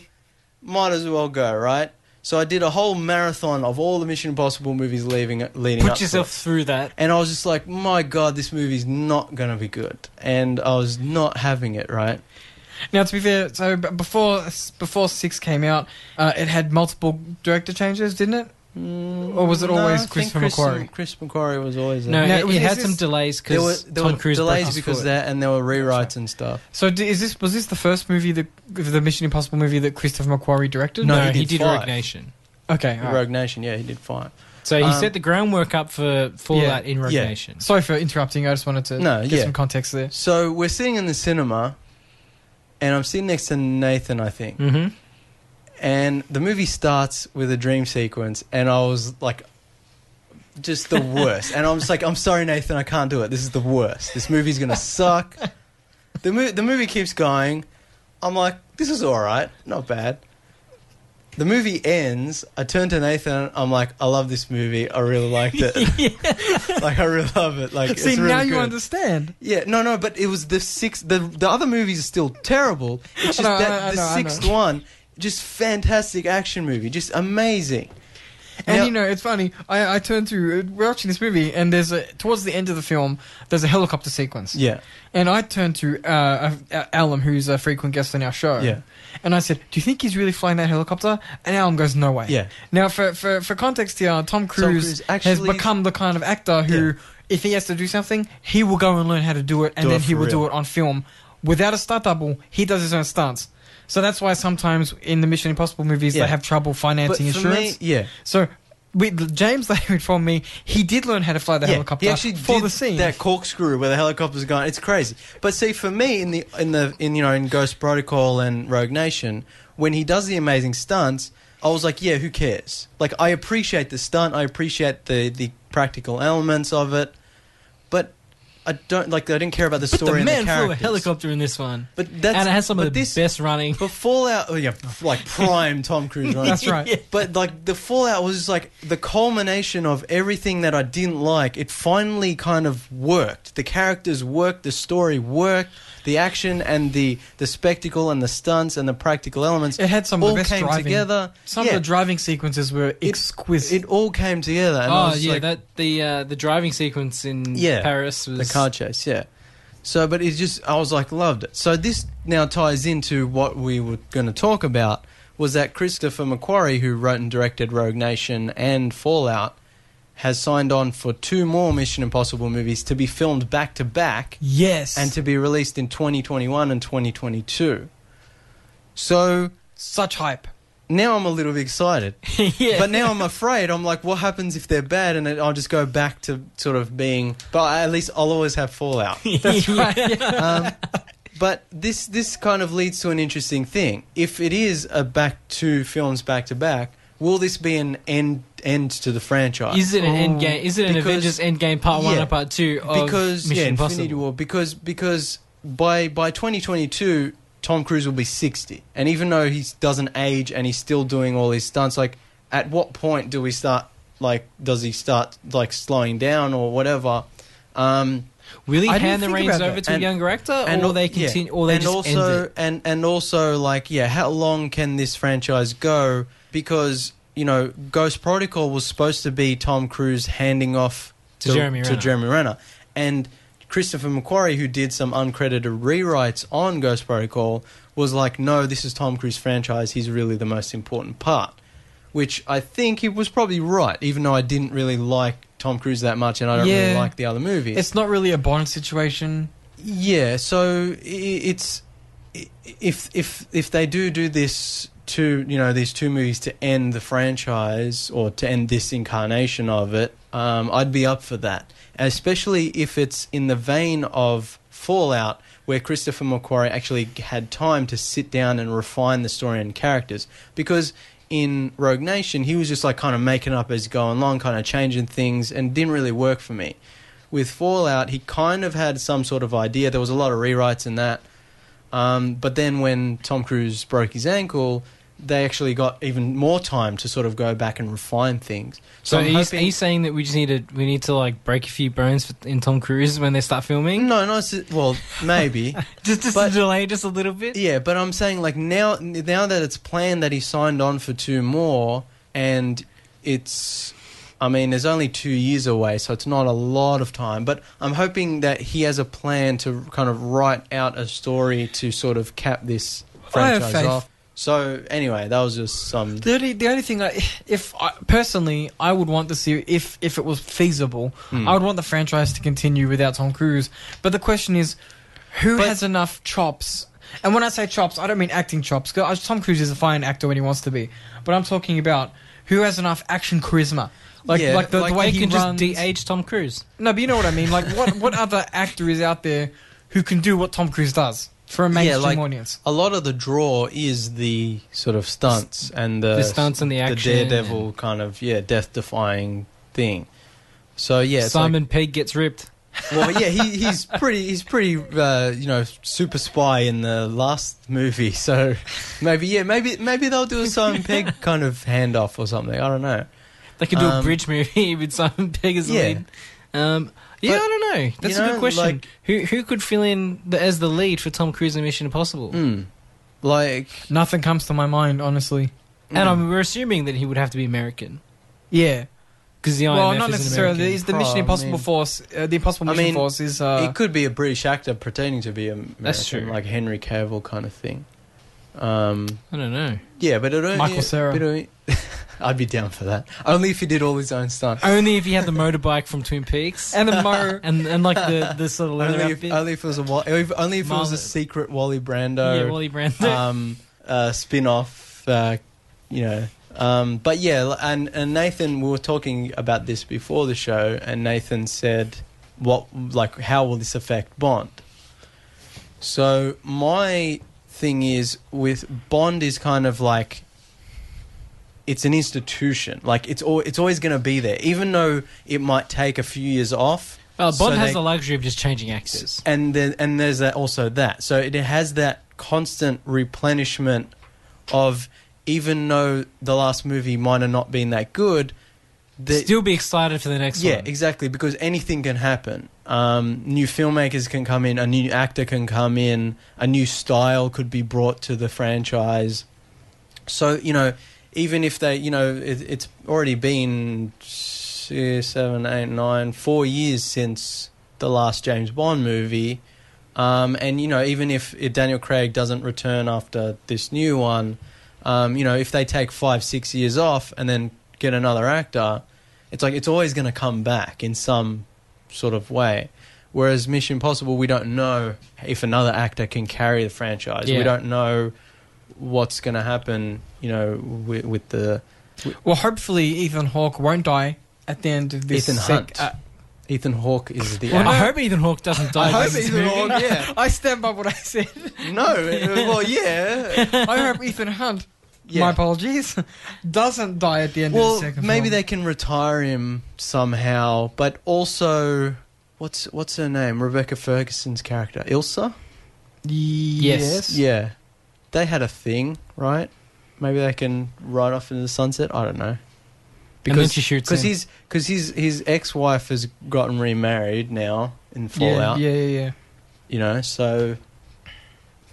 B: might as well go, right? So I did a whole marathon of all the Mission Impossible movies leaving, leading up
A: Put
B: to
A: yourself
B: it.
A: through that.
B: And I was just like, my god, this movie's not going to be good. And I was not having it, right?
C: Now, to be fair, so b- before before Six came out, uh, it had multiple director changes, didn't it? Or was it always
B: Mm, I think
C: Christopher
B: Chris-
C: McQuarrie?
B: Chris McQuarrie was always there.
A: No,
C: Now,
A: it,
C: was
A: it
C: this-
A: had some delays
B: there were,
A: because
B: there
A: Tom
B: were
A: Cruise
B: delays
A: broke
B: because of
A: forward.
B: that, and there were rewrites and stuff.
C: So, d- is this was this the first movie that the Mission Impossible movie that Christopher McQuarrie directed?
A: No,
B: No, he
A: he
B: did
A: did
B: five.
A: Rogue Nation.
C: Okay. all right.
B: Rogue Nation, yeah, he did fine.
A: So he
B: Um,
A: set the groundwork up for Fallout in Rogue
B: yeah.
A: Nation.
C: Sorry for interrupting. I just wanted to
B: No,
C: get
B: yeah.
C: some context there.
B: So we're sitting in the cinema, and I'm sitting next to Nathan, I think.
C: Mm.
A: hmm
B: And the movie starts with a dream sequence, and I was like, just
C: (laughs)
B: the worst. and I'm just like, I'm sorry, Nathan, I can't do it. This is the worst. This movie's gonna
C: (laughs)
B: suck. the mo- the movie keeps going. I'm like, this is all right, not bad. the movie ends. I turn to Nathan. I'm like, I love this movie. I really liked
C: (laughs)
B: it. (laughs) like, I really love it. Like,
C: See,
B: it's really
C: now you
B: good.
C: understand.
B: Yeah, no, no, but it was the sixth. The the other movies are still terrible. It's just
C: I know,
B: that
C: I know,
B: the
C: I know, I know.
B: sixth one, just fantastic action movie, just amazing.
C: And
B: Now-
C: you know, it's funny. I, I turned to uh, we're watching this movie, and there's a towards the end of the film, there's a helicopter sequence.
B: yeah,
C: And I turned to uh, uh, Alum, who's a frequent guest on our show.
B: Yeah.
C: And I said, "Do you think he's really flying that helicopter?" And Alum goes, "No way."
B: Yeah.
C: Now, for for, for context here, Tom Cruise,
B: Cruise actually-
C: has become the kind of actor who,
B: Yeah.
C: if he has to do something, he will go and learn how to do it, and
B: Do
C: then
B: it
C: he
B: for
C: will do
B: real.
C: it on film without a stunt double. He does his own stunts. So that's why sometimes in the Mission Impossible movies
B: Yeah.
C: they have trouble financing
B: But for
C: insurance.
B: me- yeah,
C: So we, James (laughs) later informed me he did learn how to fly the
B: yeah.
C: helicopter
B: He actually
C: for
B: did
C: the scene.
B: that corkscrew where the helicopter's going. It's crazy. But see, for me, in the in the in you know in Ghost Protocol and Rogue Nation, when he does the amazing stunts, I was like, yeah, who cares? Like, I appreciate the stunt. I appreciate the the practical elements of it, but. I don't like. I didn't care about the
A: But
B: story
A: the man
B: and the
A: flew a
B: characters.
A: helicopter in this one,
B: But that's
A: and it has some
B: but
A: of the
B: this,
A: best running.
B: But Fallout, oh yeah, like prime Tom Cruise, right?
C: That's right.
A: Yeah.
B: (laughs) But like the Fallout was like the culmination of everything that I didn't like. It finally kind of worked. The characters worked, the story worked, the action and the the spectacle and the stunts and the practical elements.
C: It had some of
B: all
C: the best
B: came
C: driving.
B: together.
C: Some
B: yeah,
C: of the driving sequences were exquisite.
B: it all came together. And I
A: Oh
B: was
A: yeah,
B: like,
A: that the uh, the driving sequence in
B: Yeah.
A: Paris was
B: the car chase, yeah. So, but it's just I was like loved it. So this now ties into what we were going to talk about was that Christopher McQuarrie, who wrote and directed Rogue Nation and Fallout, has signed on for two more Mission Impossible movies to be filmed back to back
C: yes,
B: and to be released in 2021 and 2022. So
C: such hype.
B: now I'm a little bit excited,
A: (laughs) (laughs) yeah,
B: but now I'm afraid. I'm like, what happens if they're bad? And then I'll just go back to sort of being. But at least I'll always have Fallout.
A: that's right.
B: (laughs) um, but this this kind of leads to an interesting thing. If it is a back two films back to back, will this be an end end to the franchise?
A: Is it an
C: Oh,
A: end game? Is it an Avengers
B: because-
A: Endgame Part One
B: yeah,
A: or Part Two? Of
B: because
A: Mission
B: yeah, Infinity
A: Impossible.
B: War. Because because by by 2022, Tom Cruise will be 60, and even though he doesn't age and he's still doing all his stunts, like at what point do we start? Like, does he start like slowing down or whatever? Um,
A: Will he
C: I didn't
A: hand the
C: think
A: reins
C: about
A: over
B: that.
A: to
B: And-
A: a younger actor,
B: (laughs) and
A: or
B: al-
A: they
B: yeah.
A: continue, or they
B: and
A: just
B: also
A: end it?
B: and and also like yeah how long can this franchise go because you know ghost protocol was supposed to be tom cruise handing off
A: To Jeremy
B: to
A: Renner.
B: jeremy renner and christopher mcquarrie who did some uncredited rewrites on ghost protocol was like no this is tom cruise franchise he's really the most important part which i think he was probably right even though i didn't really like tom cruise that much and i don't really
C: Yeah.
B: like the other movies
C: It's not really a Bond situation.
B: yeah, so i- it's i- if if if they do do this to you know these two movies to end the franchise or to end this incarnation of it, um, I'd be up for that. Especially if it's in the vein of Fallout, where Christopher McQuarrie actually had time to sit down and refine the story and characters, because. In Rogue Nation, he was just like kind of making up as going along, kind of changing things, and didn't really work for me with Fallout, he kind of had some sort of idea. There was a lot of rewrites in that. Um, but then when Tom Cruise broke his ankle, they actually got even more time to sort of go back and refine things.
A: So
B: I'm
A: he's,
B: hoping-
A: he's saying that we just need to we need to like break a few bones for- in Tom Cruise when they start filming.
B: no, no, it's- well, maybe,
A: Just just
B: But-
A: to delay just a little bit.
B: yeah. But I'm saying like now, now that it's planned that he signed on for two more, and it's, I mean, there's only two years away, so it's not a lot of time. But I'm hoping that he has a plan to kind of write out a story to sort of cap this
C: I have
B: franchise
C: faith.
B: off. So anyway, that was just some.
C: The only, the only thing, I, if I, personally, I would want to see if if it was feasible,
B: Hmm.
C: I would want the franchise to continue without Tom Cruise. But the question is, who
B: But-
C: has enough chops? And when I say chops, I don't mean acting chops. 'cause Tom Cruise is a fine actor when he wants to be, but I'm talking about who has enough action charisma, like
B: Yeah,
C: like the,
B: like
C: the way
A: they
C: he
A: can
C: runs.
A: just de-age Tom Cruise.
C: No, but you know what I mean. Like, what
B: (laughs)
C: what other actor is out there who can do what Tom Cruise does for a mainstream
B: like-
C: audience?
B: A lot of the draw is the sort of stunts and the,
A: The stunts and the action.
B: Uh, the daredevil kind of yeah, death defying thing. So yeah, it's like-
A: Simon Pegg gets ripped.
B: Well, yeah, he, he's pretty. He's pretty. Uh, you know, super spy in the last movie. (laughs) So maybe, yeah, maybe, maybe they'll do
A: (laughs)
B: a Simon Pegg kind of handoff or something. I don't know.
A: They could do a
B: Um,
A: bridge movie (laughs) with Simon Pegg as the
B: yeah.
A: lead. Um, yeah,
B: But,
A: I don't know. That's a
B: know,
A: good question.
B: like-
A: who who could fill in the, as the lead for Tom Cruise in Mission Impossible?
B: Mm. Like,
C: Nothing comes to my mind, honestly.
A: And I
B: mm.
A: mean, we're assuming that he would have to be American
C: Yeah.
A: because the IMF
C: well, not
A: is an
C: necessarily.
A: American.
C: Is the Mission
B: Oh, I
C: Impossible
B: mean-
C: Force? Uh, the Impossible
B: I
C: Mission
B: mean,
C: Force is. Uh,
B: it could be a British actor pretending to be American,
A: That's true.
B: like Henry Cavill kind of thing. Um,
A: I don't know.
B: yeah, but it only,
C: Michael Cera.
B: but only- (laughs) I'd be down for that. Only if he did all his own stunts.
A: Only if he had the motorbike from Twin Peaks
C: (laughs) and the
B: (laughs)
C: Mo.
A: and and like the the
C: (laughs)
A: sort of leather
B: Only if,
A: outfit.
B: only if it was a Wall- if- only if it was a
A: Marvel.
B: secret Wally
A: yeah,
B: Brando
A: Wally Brando.
B: (laughs) um, uh, spin-off, uh, you know. Um, but yeah, l- and and Nathan, we were talking about this before the show, and Nathan said, "What like how will this affect Bond?" So my thing is with Bond is kind of like it's an institution. Like it's all it's always going to be there, even though it might take a few years off.
A: well, Uh, Bond
B: so
A: has
B: they-
A: the luxury of just changing actors.
B: And then and there's that also that. So it has that constant replenishment of even though the last movie might have not been that good, the,
A: Still be excited for the next
B: yeah,
A: one.
B: exactly because anything can happen. Um, new filmmakers can come in, a new actor can come in, a new style could be brought to the franchise. So you know, even if they, you know, it, it's already been six, seven, eight, nine, four years since the last James Bond movie, um, and you know, even if if Daniel Craig doesn't return after this new one, um, you know, if they take five, six years off and then get another actor, it's like it's always going to come back in some sort of way. Whereas Mission Impossible, we don't know if another actor can carry the franchise.
A: Yeah.
B: We don't know what's going to happen, you know, with, with the
C: Well, hopefully Ethan Hawke won't die at the end of this.
B: Ethan
C: sec-
B: Hunt.
C: uh,
B: Ethan Hawke is the.
C: Well,
A: I
C: no.
A: hope Ethan Hawke doesn't die.
B: hope
A: during this
B: Ethan
A: movie.
B: Hawke- Yeah.
C: I stand by what I said. (laughs)
B: no, well, yeah.
C: I
B: (laughs)
C: hope Ethan Hunt.
B: Yeah.
C: My apologies. (laughs) Doesn't die at the end of
B: Well,
C: the second.
B: maybe
C: film.
B: they can retire him somehow, but also, what's what's her name? Rebecca Ferguson's character, Ilsa.
A: Yes.
B: Yeah, they had a thing, right? Maybe they can ride off into the sunset. I don't know.
A: and then she shoots
B: because
A: him.
B: his because his his ex wife has gotten remarried now in
C: Yeah,
B: Fallout.
C: yeah, yeah, yeah.
B: you know so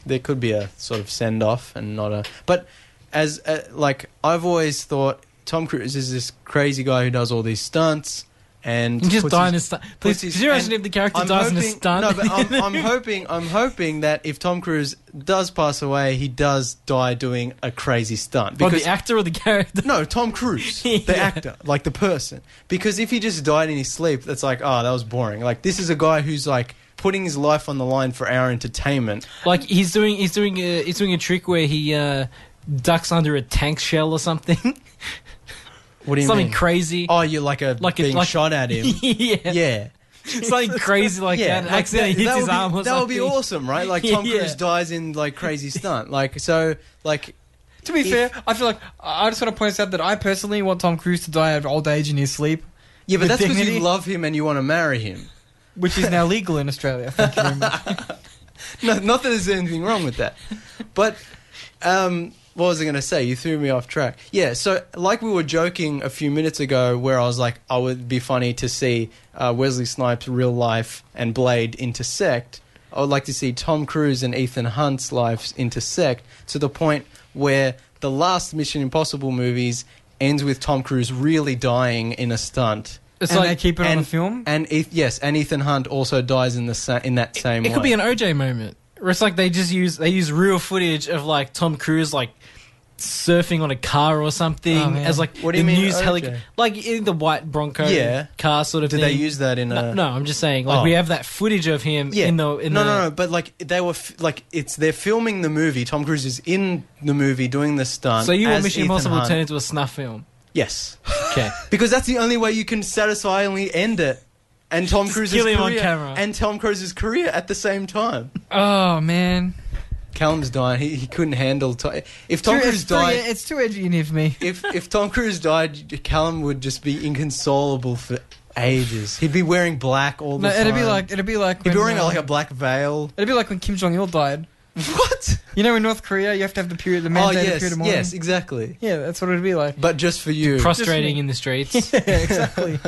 B: there could be a sort of send off and not a but as uh, like i've always thought tom cruise is this crazy guy who does all these stunts and
A: (laughs) He just
B: puts
A: die
B: his-
A: in a stunt. Please,
B: puts
A: could
B: his-
A: you imagine
B: and
A: if the character
B: I'm
A: dies in a
B: hoping-
A: stunt?
B: no
A: (laughs)
B: but I'm, I'm hoping i'm hoping that if tom cruise does pass away he does die doing a crazy stunt
A: Or the actor or the character? (laughs)
B: no, Tom Cruise, the
A: Yeah.
B: actor, like the person. Because if he just died in his sleep, that's like, oh, that was boring. Like this is a guy who's like putting his life on the line for our entertainment.
A: Like he's doing, he's doing, a, he's doing a trick where he uh, ducks under a tank shell or something,
B: What do you
A: something
B: mean?
A: crazy.
B: oh, you're like a
A: Like
B: like
A: a-
B: being
A: like-
B: shot at him.
A: (laughs) yeah.
B: yeah,
A: something crazy like that.
B: yeah.
A: And
B: like
A: accidentally hits
B: that
A: his
B: would be,
A: arm or
B: That would
A: something.
B: be awesome,
A: (laughs)
B: right? Like Tom
A: Yeah.
B: Cruise dies in like crazy stunt. Like so, like
C: To be
B: If-
C: fair, I feel like I I just want to point out that I personally want Tom Cruise to die of old age in his sleep,
B: yeah, but
C: With
B: that's because
C: dignity.
B: you love him and you want to marry him.
C: which is (laughs) now legal in Australia. Thank you very much.
B: No, not that there's anything wrong with that. But um, what was I going to say? You threw me off track. Yeah, so like we were joking a few minutes ago, where I was like, I would be funny to see uh, Wesley Snipes' real life and Blade intersect. I would like to see Tom Cruise and Ethan Hunt's lives intersect to the point where the last Mission Impossible movies ends with Tom Cruise really dying in a stunt.
A: It's
C: and
A: like
C: they keep it on
B: and-
C: a film.
B: And Eth- yes, and Ethan Hunt also dies in the sa- in that same.
A: it could
B: way.
A: be an OJ moment where it's like they just use they use real footage of like Tom Cruise like surfing on a car or something
C: Oh, man.
A: as like
B: What do
A: the
B: you mean,
A: news
B: OJ?
A: helic- like in the white Bronco
B: Yeah.
A: car sort of
B: Did
A: thing.
B: they use that in
A: no,
B: a?
A: no, I'm just saying like
B: Oh.
A: we have that footage of him in the in
B: no,
A: the,
B: no, no. But like they were f- like it's they're filming the movie. Tom Cruise is in the movie doing the stunt.
A: So you want
B: as
A: Mission
B: Ethan
A: Impossible
B: Hunt.
A: turned into a snuff film?
B: Yes,
A: Okay.
B: because that's the only way you can satisfyingly end it. And Tom
A: Just
B: Cruise's
A: kill him on
B: career
A: camera.
B: and Tom Cruise's career at the same time.
C: Oh man,
B: Callum's dying. He, he couldn't handle. Ti- if Tom
C: Too-
B: Cruise
C: it's too-
B: died,
C: It's too edgy and if me.
B: if if Tom Cruise died, Callum would just be inconsolable for ages. He'd be wearing black all the
C: No,
B: time.
C: it'd be like it'd be like
B: he'd be
C: when,
B: wearing
C: uh,
B: like a black veil.
C: it'd be like when Kim Jong Il (laughs) died.
B: What?
C: You know, in North Korea, you have to have the period, the
B: Oh
C: mandated
B: yes,
C: period of mourning.
B: yes, exactly.
C: Yeah, that's what it'd be like.
B: But (laughs) just for you.
A: Prostrating in the
B: (laughs)
A: streets.
C: (laughs) yeah, (laughs) exactly.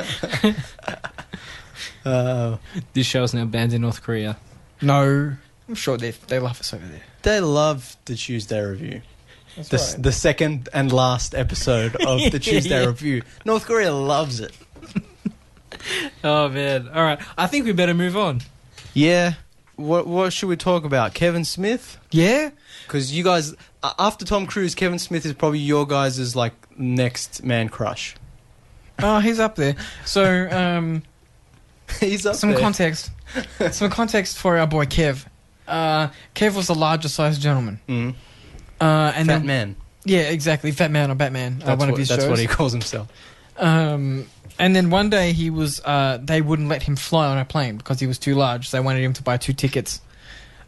B: Uh,
A: this show is now banned in North Korea.
C: no, I'm sure they they love us over there.
B: they love the Tuesday review.
C: That's
B: The,
C: right.
B: the second and last episode of (laughs) the Tuesday
A: Yeah.
B: review. North Korea loves it.
A: Oh man! All right, I think we better move on.
B: Yeah. What what should we talk about? Kevin Smith?
C: yeah,
B: Because you guys, a- after Tom Cruise, Kevin Smith is probably your guys' like next man crush. (laughs)
C: oh, he's up there. So, um,
B: He's up
C: some
B: there. (laughs)
C: context, some context for our boy Kev. Uh, Kev was a larger sized gentleman.
B: Mm.
C: Uh, and
B: Fat
C: then,
B: man.
C: yeah, exactly, Fat Man or Batman.
B: That's,
C: Uh, one
B: what,
C: of his
B: that's
C: shows.
B: what he calls himself.
C: Um, and then one day he was, uh, they wouldn't let him fly on a plane because he was too large. They wanted him to buy two tickets.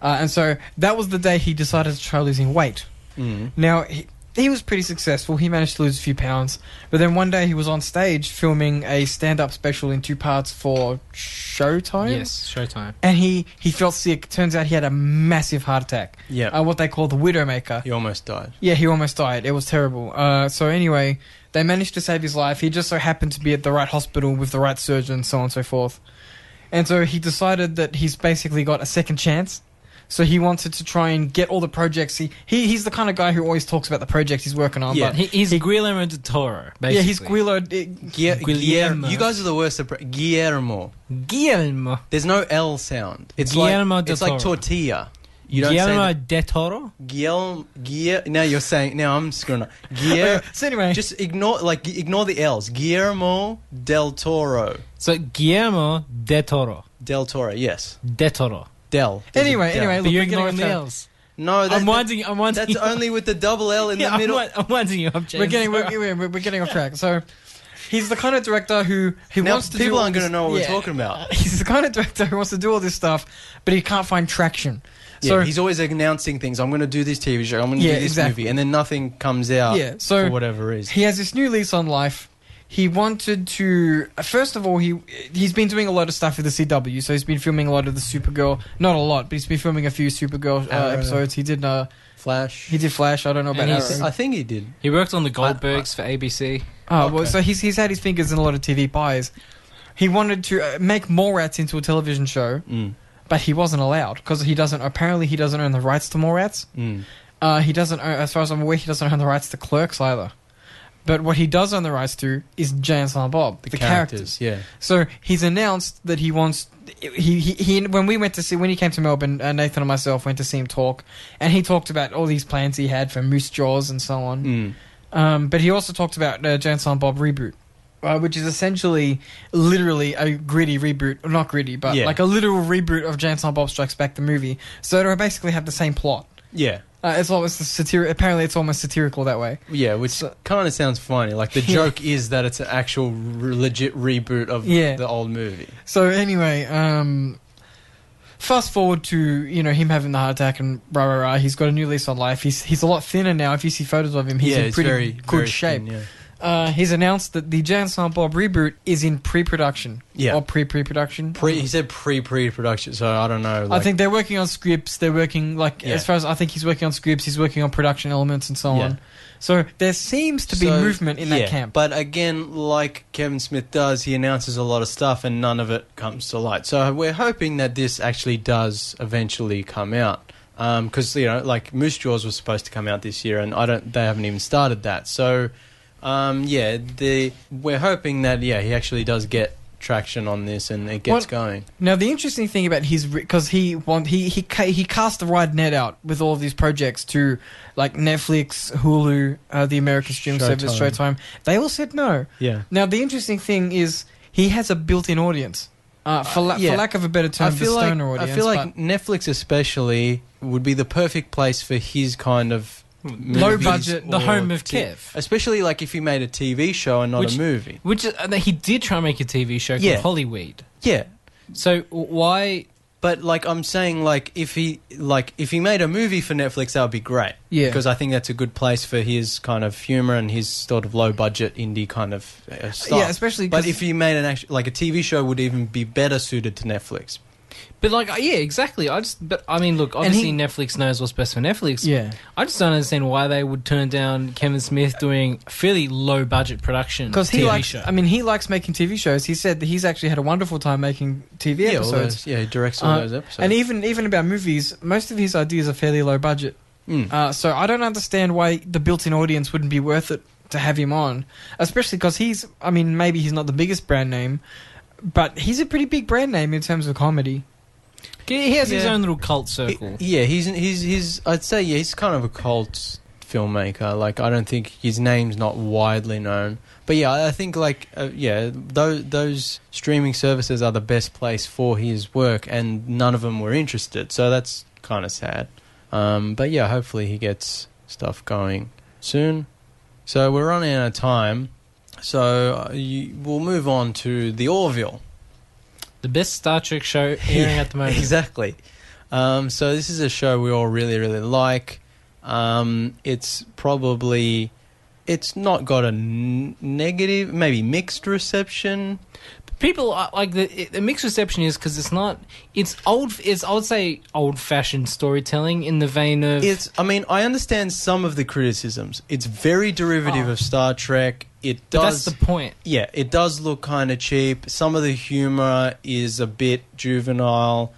C: Uh, and so that was the day he decided to try losing weight.
B: Mm.
C: Now, he, he was pretty successful. He managed to lose a few pounds. But then one day he was on stage filming a stand up special in two parts for Showtime.
A: Yes, Showtime.
C: And he, he felt sick. Turns out he had a massive heart attack.
B: Yeah.
C: Uh, what they call the Widowmaker.
B: he almost died.
C: Yeah, he almost died. It was terrible. Uh, so anyway, they managed to save his life. He just so happened to be at the right hospital with the right surgeon, so on and so forth. And so he decided that he's basically got a second chance. So he wanted to try and get all the projects. He, he he's the kind of guy who always talks about the projects he's working on.
B: Yeah.
C: but
A: He, he's Guillermo del Toro. Basically.
C: yeah, he's Guillermo.
B: Guia-
A: Guillermo.
B: Guillermo. You guys are the worst. at pro- Guillermo.
A: Guillermo.
B: There's no L sound. It's
A: Guillermo
B: like
A: del
B: it's like
A: Toro.
B: tortilla. You don't
A: Guillermo
B: say
A: del Toro.
B: that. Guillermo. Guillermo. Now you're saying. Now I'm screwing up. Guillermo.
C: (laughs) So anyway,
B: just ignore like ignore the L's. Guillermo del Toro.
A: So Guillermo del Toro.
B: Del Toro. Yes.
A: Del Toro.
B: Del. There's a
C: anyway,
B: del.
C: anyway.
A: But
C: look,
A: you're
C: we're getting
A: ignoring
C: off
A: the
C: track.
A: L's.
B: No, Oh, that,
A: I'm winding. I'm winding.
B: that's
A: you-
B: only with the double L
C: (laughs)
B: in
A: (laughs) Yeah,
B: the middle.
A: I'm, wi- I'm winding you up, James.
C: We're getting we're, we're, we're- we're getting off track. So he's the kind of director who who
B: now
C: wants to do
B: people
C: all
B: aren't going to
C: this-
B: know what
C: Yeah. Uh,
B: we're talking about.
C: (laughs) he's the kind of director who wants to do all this stuff, but he can't find traction. So
B: yeah, he's always announcing things. I'm going to do this TV show. I'm going to
C: Yeah,
B: do this
C: exactly.
B: movie, and then nothing comes out.
C: Yeah, so-
B: for whatever reason.
C: he has this new lease on life. He wanted to. uh, First of all, he he's been doing a lot of stuff with the CW. So he's been filming a lot of the Supergirl. Not a lot, but he's been filming a few Supergirl uh,
B: Arrow.
C: episodes. He did. Uh,
B: Flash.
C: he did Flash. I don't know about
A: And
B: I
A: he's-
C: Arrow.
B: thi- I think he did.
A: He worked on the Goldbergs for ABC.
C: Oh, well,
B: Okay.
C: so he's he's had his fingers in a lot of TV pies. He wanted to uh, make Mallrats into a television show,
B: Mm.
C: but he wasn't allowed because he doesn't. Apparently, he doesn't own the rights to Mallrats.
B: Mm.
C: Uh, he doesn't, own, as far as I'm aware, he doesn't own the rights to Clerks either. But what he does own the rights to is Jay and Silent Bob, the, characters.
B: Yeah.
C: So he's announced that he wants. He, he he when we went to see when he came to Melbourne, uh, Nathan and myself went to see him talk, and he talked about all these plans he had for Moose Jaws and so on.
B: Mm.
C: Um, but he also talked about uh, Jay and Silent Bob reboot, uh, which is essentially, literally a gritty reboot. Well, Not gritty, but
B: Yeah.
C: like a literal reboot of Jay and Silent Bob Strikes Back the movie. So it'll basically have the same plot.
B: Yeah.
C: Uh, it's almost satirical. Apparently, it's almost satirical that way.
B: Yeah, which
C: So-
B: kind of sounds funny. Like the
C: (laughs) Yeah.
B: joke is that it's an actual r- legit reboot of
C: Yeah.
B: the old movie.
C: So anyway, um, fast forward to you know him having the heart attack and rah rah rah. He's got a new lease on life. He's he's a lot thinner now. If you see photos of him, he's
B: yeah,
C: in
B: it's
C: pretty
B: very
C: good
B: very
C: shape.
B: thin, yeah.
C: uh, he's announced that the Jan Silent Bob reboot is in pre-production.
B: Yeah.
C: or pre-pre-production.
B: Pre, he said pre pre production, so I don't know.
C: I
B: Like,
C: think they're working on scripts. They're working like
B: Yeah.
C: as far as I think he's working on scripts. He's working on production elements and so
B: Yeah.
C: on. So there seems to be
B: so,
C: movement in
B: yeah.
C: that camp.
B: But again, like Kevin Smith does, he announces a lot of stuff and none of it comes to light. So we're hoping that this actually does eventually come out. Because you know, like Moose Jaws was supposed to come out this year, and I don't. They haven't even started that. So, um, yeah, the we're hoping that yeah, he actually does get traction on this and it gets
C: What-
B: going.
C: Now the interesting thing about his because he want he he ca- he cast the wide net out with all of these projects to like Netflix, Hulu, uh, the American streaming service,
B: Showtime.
C: Showtime. They all said no.
B: Yeah,
C: Now the interesting thing is he has a built-in audience. Uh, for, la-
B: yeah.
C: for lack of a better term,
B: I feel
C: the
B: like
C: stoner audience.
B: I feel like Netflix especially would be the perfect place for his kind of
A: Low
B: movies
A: budget, the
B: or
A: home of
B: t-
A: Kev.
B: especially like if you made a TV show and not
A: Which-
B: a movie.
A: Which uh, he did try and make a TV show called
B: Yeah.
A: Hollywood.
B: Yeah,
A: So why
B: But like I'm saying, like if he like if he made a movie for Netflix, that would be great.
C: Yeah.
B: because I think that's a good place for his kind of humor and his sort of low budget indie kind of uh, stuff.
C: Yeah, especially
B: But
C: 'cause-
B: if he made an actual like a TV show, would even be better suited to Netflix.
A: But like, uh, yeah, exactly. I just, but I mean, look, obviously Netflix knows what's best for Netflix.
C: Yeah.
A: I just don't understand why they would turn down Kevin Smith doing fairly low budget production
C: Because he
A: TV
C: likes,
A: show.
C: I mean, he likes making TV shows. He said that he's actually had a wonderful time making TV
B: Yeah, all
C: episodes,
B: those, yeah, he directs all
C: Uh,
B: those episodes.
C: and even even about movies. Most of his ideas are fairly low budget.
B: Mm.
C: Uh, so I don't understand why the built-in audience wouldn't be worth it to have him on, especially because he's. I mean, maybe he's not the biggest brand name, but he's a pretty big brand name in terms of comedy.
A: he he has his
B: Yeah.
A: own little cult
B: He-
A: circle.
B: yeah, he's he's he's. I'd say yeah, he's kind of a cult filmmaker. Like I don't think his name's not widely known, but yeah, I- I think like uh, yeah, those those streaming services are the best place for his work, and none of them were interested. So that's kind of sad. Um, but yeah, hopefully he gets stuff going soon. So we're running out of time. So uh, you, we'll move on to the Orville.
A: the best Star Trek show airing at the moment.
B: (laughs) Exactly. Um, so this is a show we all really, really like. Um, it's probably it's not got a n- negative, maybe mixed reception.
A: People are, like the, the mixed reception is because it's not. It's old. It's I would say old fashioned storytelling in the vein of
B: It's, I mean, I understand some of the criticisms. It's very derivative
A: Oh.
B: of Star Trek. It
A: But
B: does,
A: that's the point.
B: yeah, it does look kind of cheap. Some of the humor is a bit juvenile,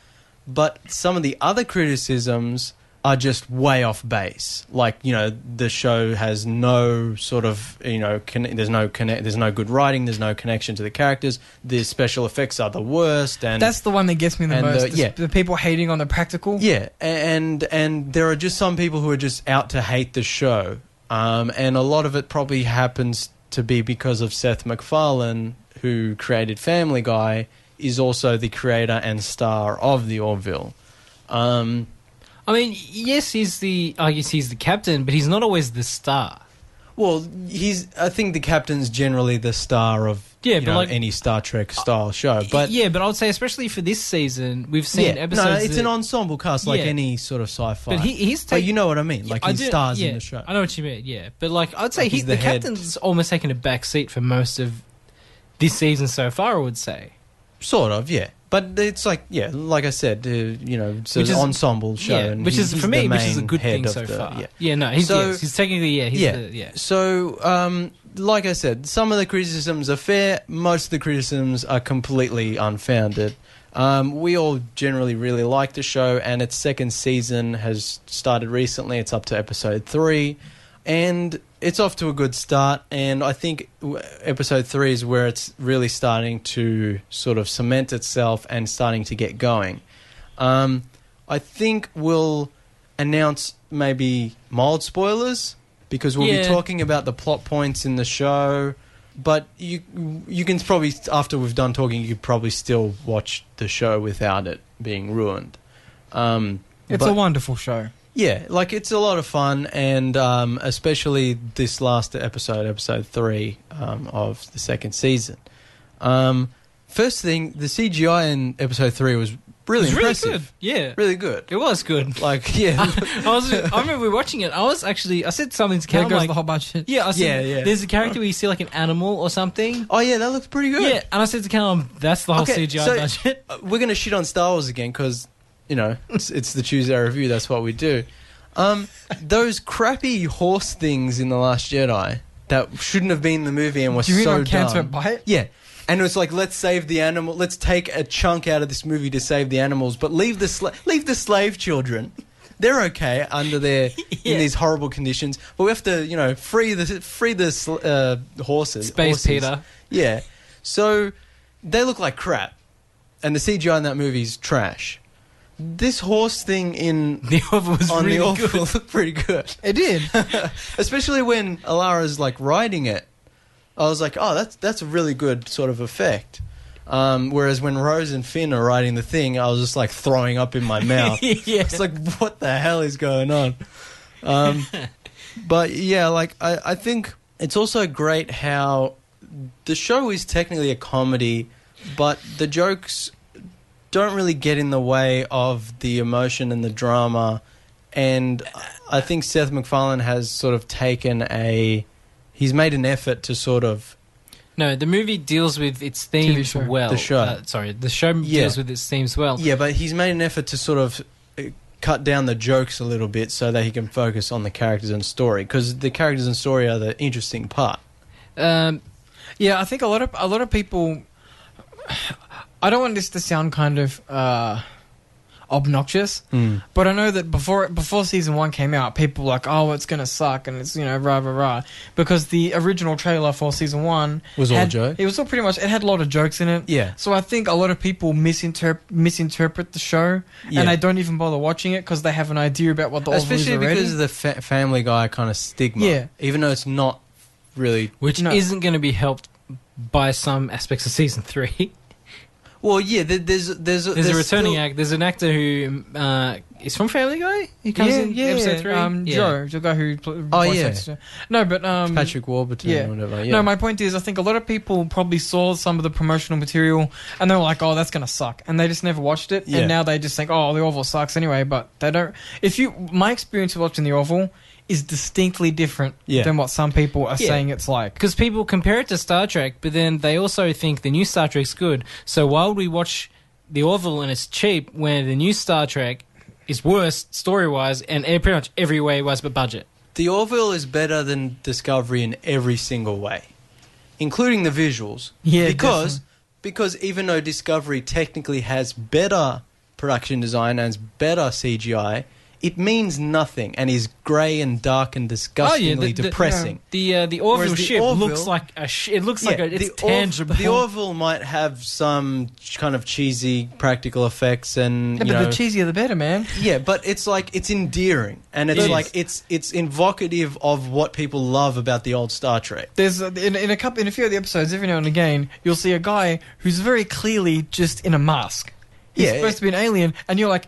B: but some of the other criticisms are just way off base. Like you know, the show has no sort of you know, conne- there's no connect, there's no good writing, there's no connection to the characters. The special effects are the worst, and
C: That's the one that gets me the
B: and
C: most.
B: the-
C: is
B: yeah.
C: the people hating on the practical.
B: yeah, a- and and there are just some people who are just out to hate the show, um, and a lot of it probably happens to be because of Seth MacFarlane, who created Family Guy, is also the creator and star of the Orville. Um,
A: I mean, yes, he's the. I guess he's the captain, but he's not always the star.
B: well, he's I think the captain's generally the star of
A: Yeah,
B: you
A: but
B: know,
A: like-
B: any Star Trek style show, Uh, but.
A: yeah, but I would say especially for this season, we've
B: Yeah,
A: seen episodes.
B: no, it's
A: that-
B: an ensemble cast like
A: Yeah.
B: any sort of sci-fi.
A: But he, he's
B: but
A: taking.
B: you know what I mean. Like
A: I
B: he
A: do-
B: stars
A: yeah,
B: in the show.
A: I know what you mean. Yeah, but like I'd say
B: Like,
A: he,
B: he's
A: the,
B: the head.
A: captain's almost taken a back seat for most of this season so far. I would say.
B: Sort of, yeah. But it's like, yeah, like I said, uh, you know, it's
A: Which
B: an
A: is-
B: ensemble show,
A: yeah,
B: and
A: which
B: he's-
A: is
B: he's
A: for me,
B: the
A: which is a
B: main
A: good
B: head
A: thing
B: of
A: so
B: the-
A: far.
B: yeah.
A: Yeah, no, he's
B: So-
A: yes, he's technically yeah, he's
B: Yeah.
A: The, yeah.
B: So, um, like I said, some of the criticisms are fair. Most of the criticisms are completely unfounded. Um, we all generally really like the show, and its second season has started recently. It's up to episode three, and it's off to a good start. And I think w- episode three is where it's really starting to sort of cement itself and starting to get going. Um, I think we'll announce maybe mild spoilers because we'll
A: Yeah.
B: be talking about the plot points in the show. But you you can probably after we've done talking, you could probably still watch the show without it being ruined. Um,
C: it's
B: but-
C: a wonderful show.
B: yeah, like it's a lot of fun, and um, especially this last episode, episode three um, of the second season. Um, first thing, the CGI in episode three was really
A: It was
B: impressive,
A: Really good. Yeah,
B: really good.
A: it was good. (laughs)
B: Like, yeah,
A: I was. I remember watching it. I was actually. I said something to
C: There
A: Cam
C: goes
A: like,
C: the whole budget.
A: yeah, I said,
B: Yeah, yeah.
A: There's a character where you see like an animal or something.
B: (laughs) Oh yeah, that looks pretty good.
A: Yeah, and I said to Callum, "That's the whole
B: Okay,
A: CGI
B: so- (laughs)
A: budget."
B: Uh, We're gonna shit on Star Wars again because you know it's, it's the Tuesday review. That's what we do. Um, those crappy horse things in the Last Jedi that shouldn't have been in the movie and were
C: Do you mean
B: so
C: on cancer
B: dumb.
C: bite?
B: Yeah. And it's like let's save the animal. Let's take a chunk out of this movie to save the animals, but leave the sla- leave the slave children. They're okay under their
A: Yeah.
B: in these horrible conditions, but we have to you know free the free the sl- uh, horses.
A: Space
B: horses.
A: Peter. (laughs)
B: Yeah. So they look like crap, and the CGI in that movie is trash. This horse
A: (laughs)
B: thing in
A: The other was
B: on
A: really
B: the
A: good.
B: Orville looked pretty good,
C: It did.
B: (laughs) especially when Alara's like riding it. I was like, oh, that's that's a really good sort of effect. Um, whereas when Rose and Finn are riding the thing, I was just like throwing up
A: (laughs)
B: in my mouth.
A: yeah.
B: (laughs) It's like, what the hell is going on? Um, but yeah, like I, I think it's also great how the show is technically a comedy, but the jokes don't really get in the way of the emotion and the drama. And I think Seth MacFarlane has sort of taken a, he's made an effort to sort of
A: No, the movie deals with its
C: TV
A: themes
C: show.
A: well.
B: The show.
A: Uh, sorry, the show
B: Yeah.
A: deals with its themes well.
B: yeah, but he's made an effort to sort of uh, cut down the jokes a little bit so that he can focus on the characters and story because the characters and story are the interesting part.
A: Um,
C: Yeah, I think a lot of a lot of people. (sighs) I don't want this to sound kind of uh, obnoxious,
B: Hmm.
C: but I know that before before season one came out, people were like, "Oh, it's gonna suck," and it's you know rah rah rah, because the original trailer for season one
B: Was all
C: had-
B: joke?
C: It was all pretty much. It had a lot of jokes in it.
B: Yeah.
C: So I think a lot of people misinterp- misinterpret the show,
B: Yeah.
C: and they don't even bother watching it because they have an idea about what the
B: Especially
C: Orville is already.
B: because of the fa- Family Guy kind of stigma.
C: Yeah.
B: Even though it's not really.
A: which
C: No.
A: isn't going to be helped by some aspects of season three. (laughs)
B: Well, yeah, there, there's there's
A: There's, a returning
B: still-
A: act. There's an actor who uh, is from Family Guy. He comes
C: yeah,
A: in
C: yeah,
A: episode three.
C: Um,
A: Yeah.
C: Joe, the guy who pl-
B: Oh,
C: voice
B: yeah.
C: acts Joe. no, but um,
B: Patrick Warburton
C: yeah.
B: or whatever. Yeah.
C: No, my point is, I think a lot of people probably saw some of the promotional material and they were like, "Oh, that's gonna suck," and they just never watched it.
B: Yeah.
C: And now they just think, "Oh, the Orville sucks anyway." But they don't. If you, my experience of watching the Orville is distinctly different
B: Yeah.
C: than what some people are
A: Yeah.
C: saying it's like.
A: Because people compare it to Star Trek, but then they also think the new Star Trek's good. So why would we watch the Orville and it's cheap when the new Star Trek is worse story wise and e- pretty much every way was but budget?
B: the Orville is better than Discovery in every single way, including the visuals.
C: Yeah,
B: because
C: definitely.
B: because even though Discovery technically has better production design and better CGI, it means nothing and is grey and dark and disgustingly
A: Oh, the- the-
B: depressing.
A: The uh, the Orville
B: Whereas the
A: ship
B: Orville-
A: looks like a sh- it looks like a, it's
B: Orv-
A: tangible.
B: the Orville might have some ch- kind of cheesy practical effects and
C: Yeah,
B: you
C: but
B: know-
C: the cheesier the better, man.
B: yeah, but it's like it's endearing and it's
A: It is.
B: like it's it's evocative of what people love about the old Star Trek.
C: There's a, in, in a couple in a few of the episodes, every now and again, you'll see a guy who's very clearly just in a mask. He's
B: Yeah,
C: supposed to be an alien, and you're like,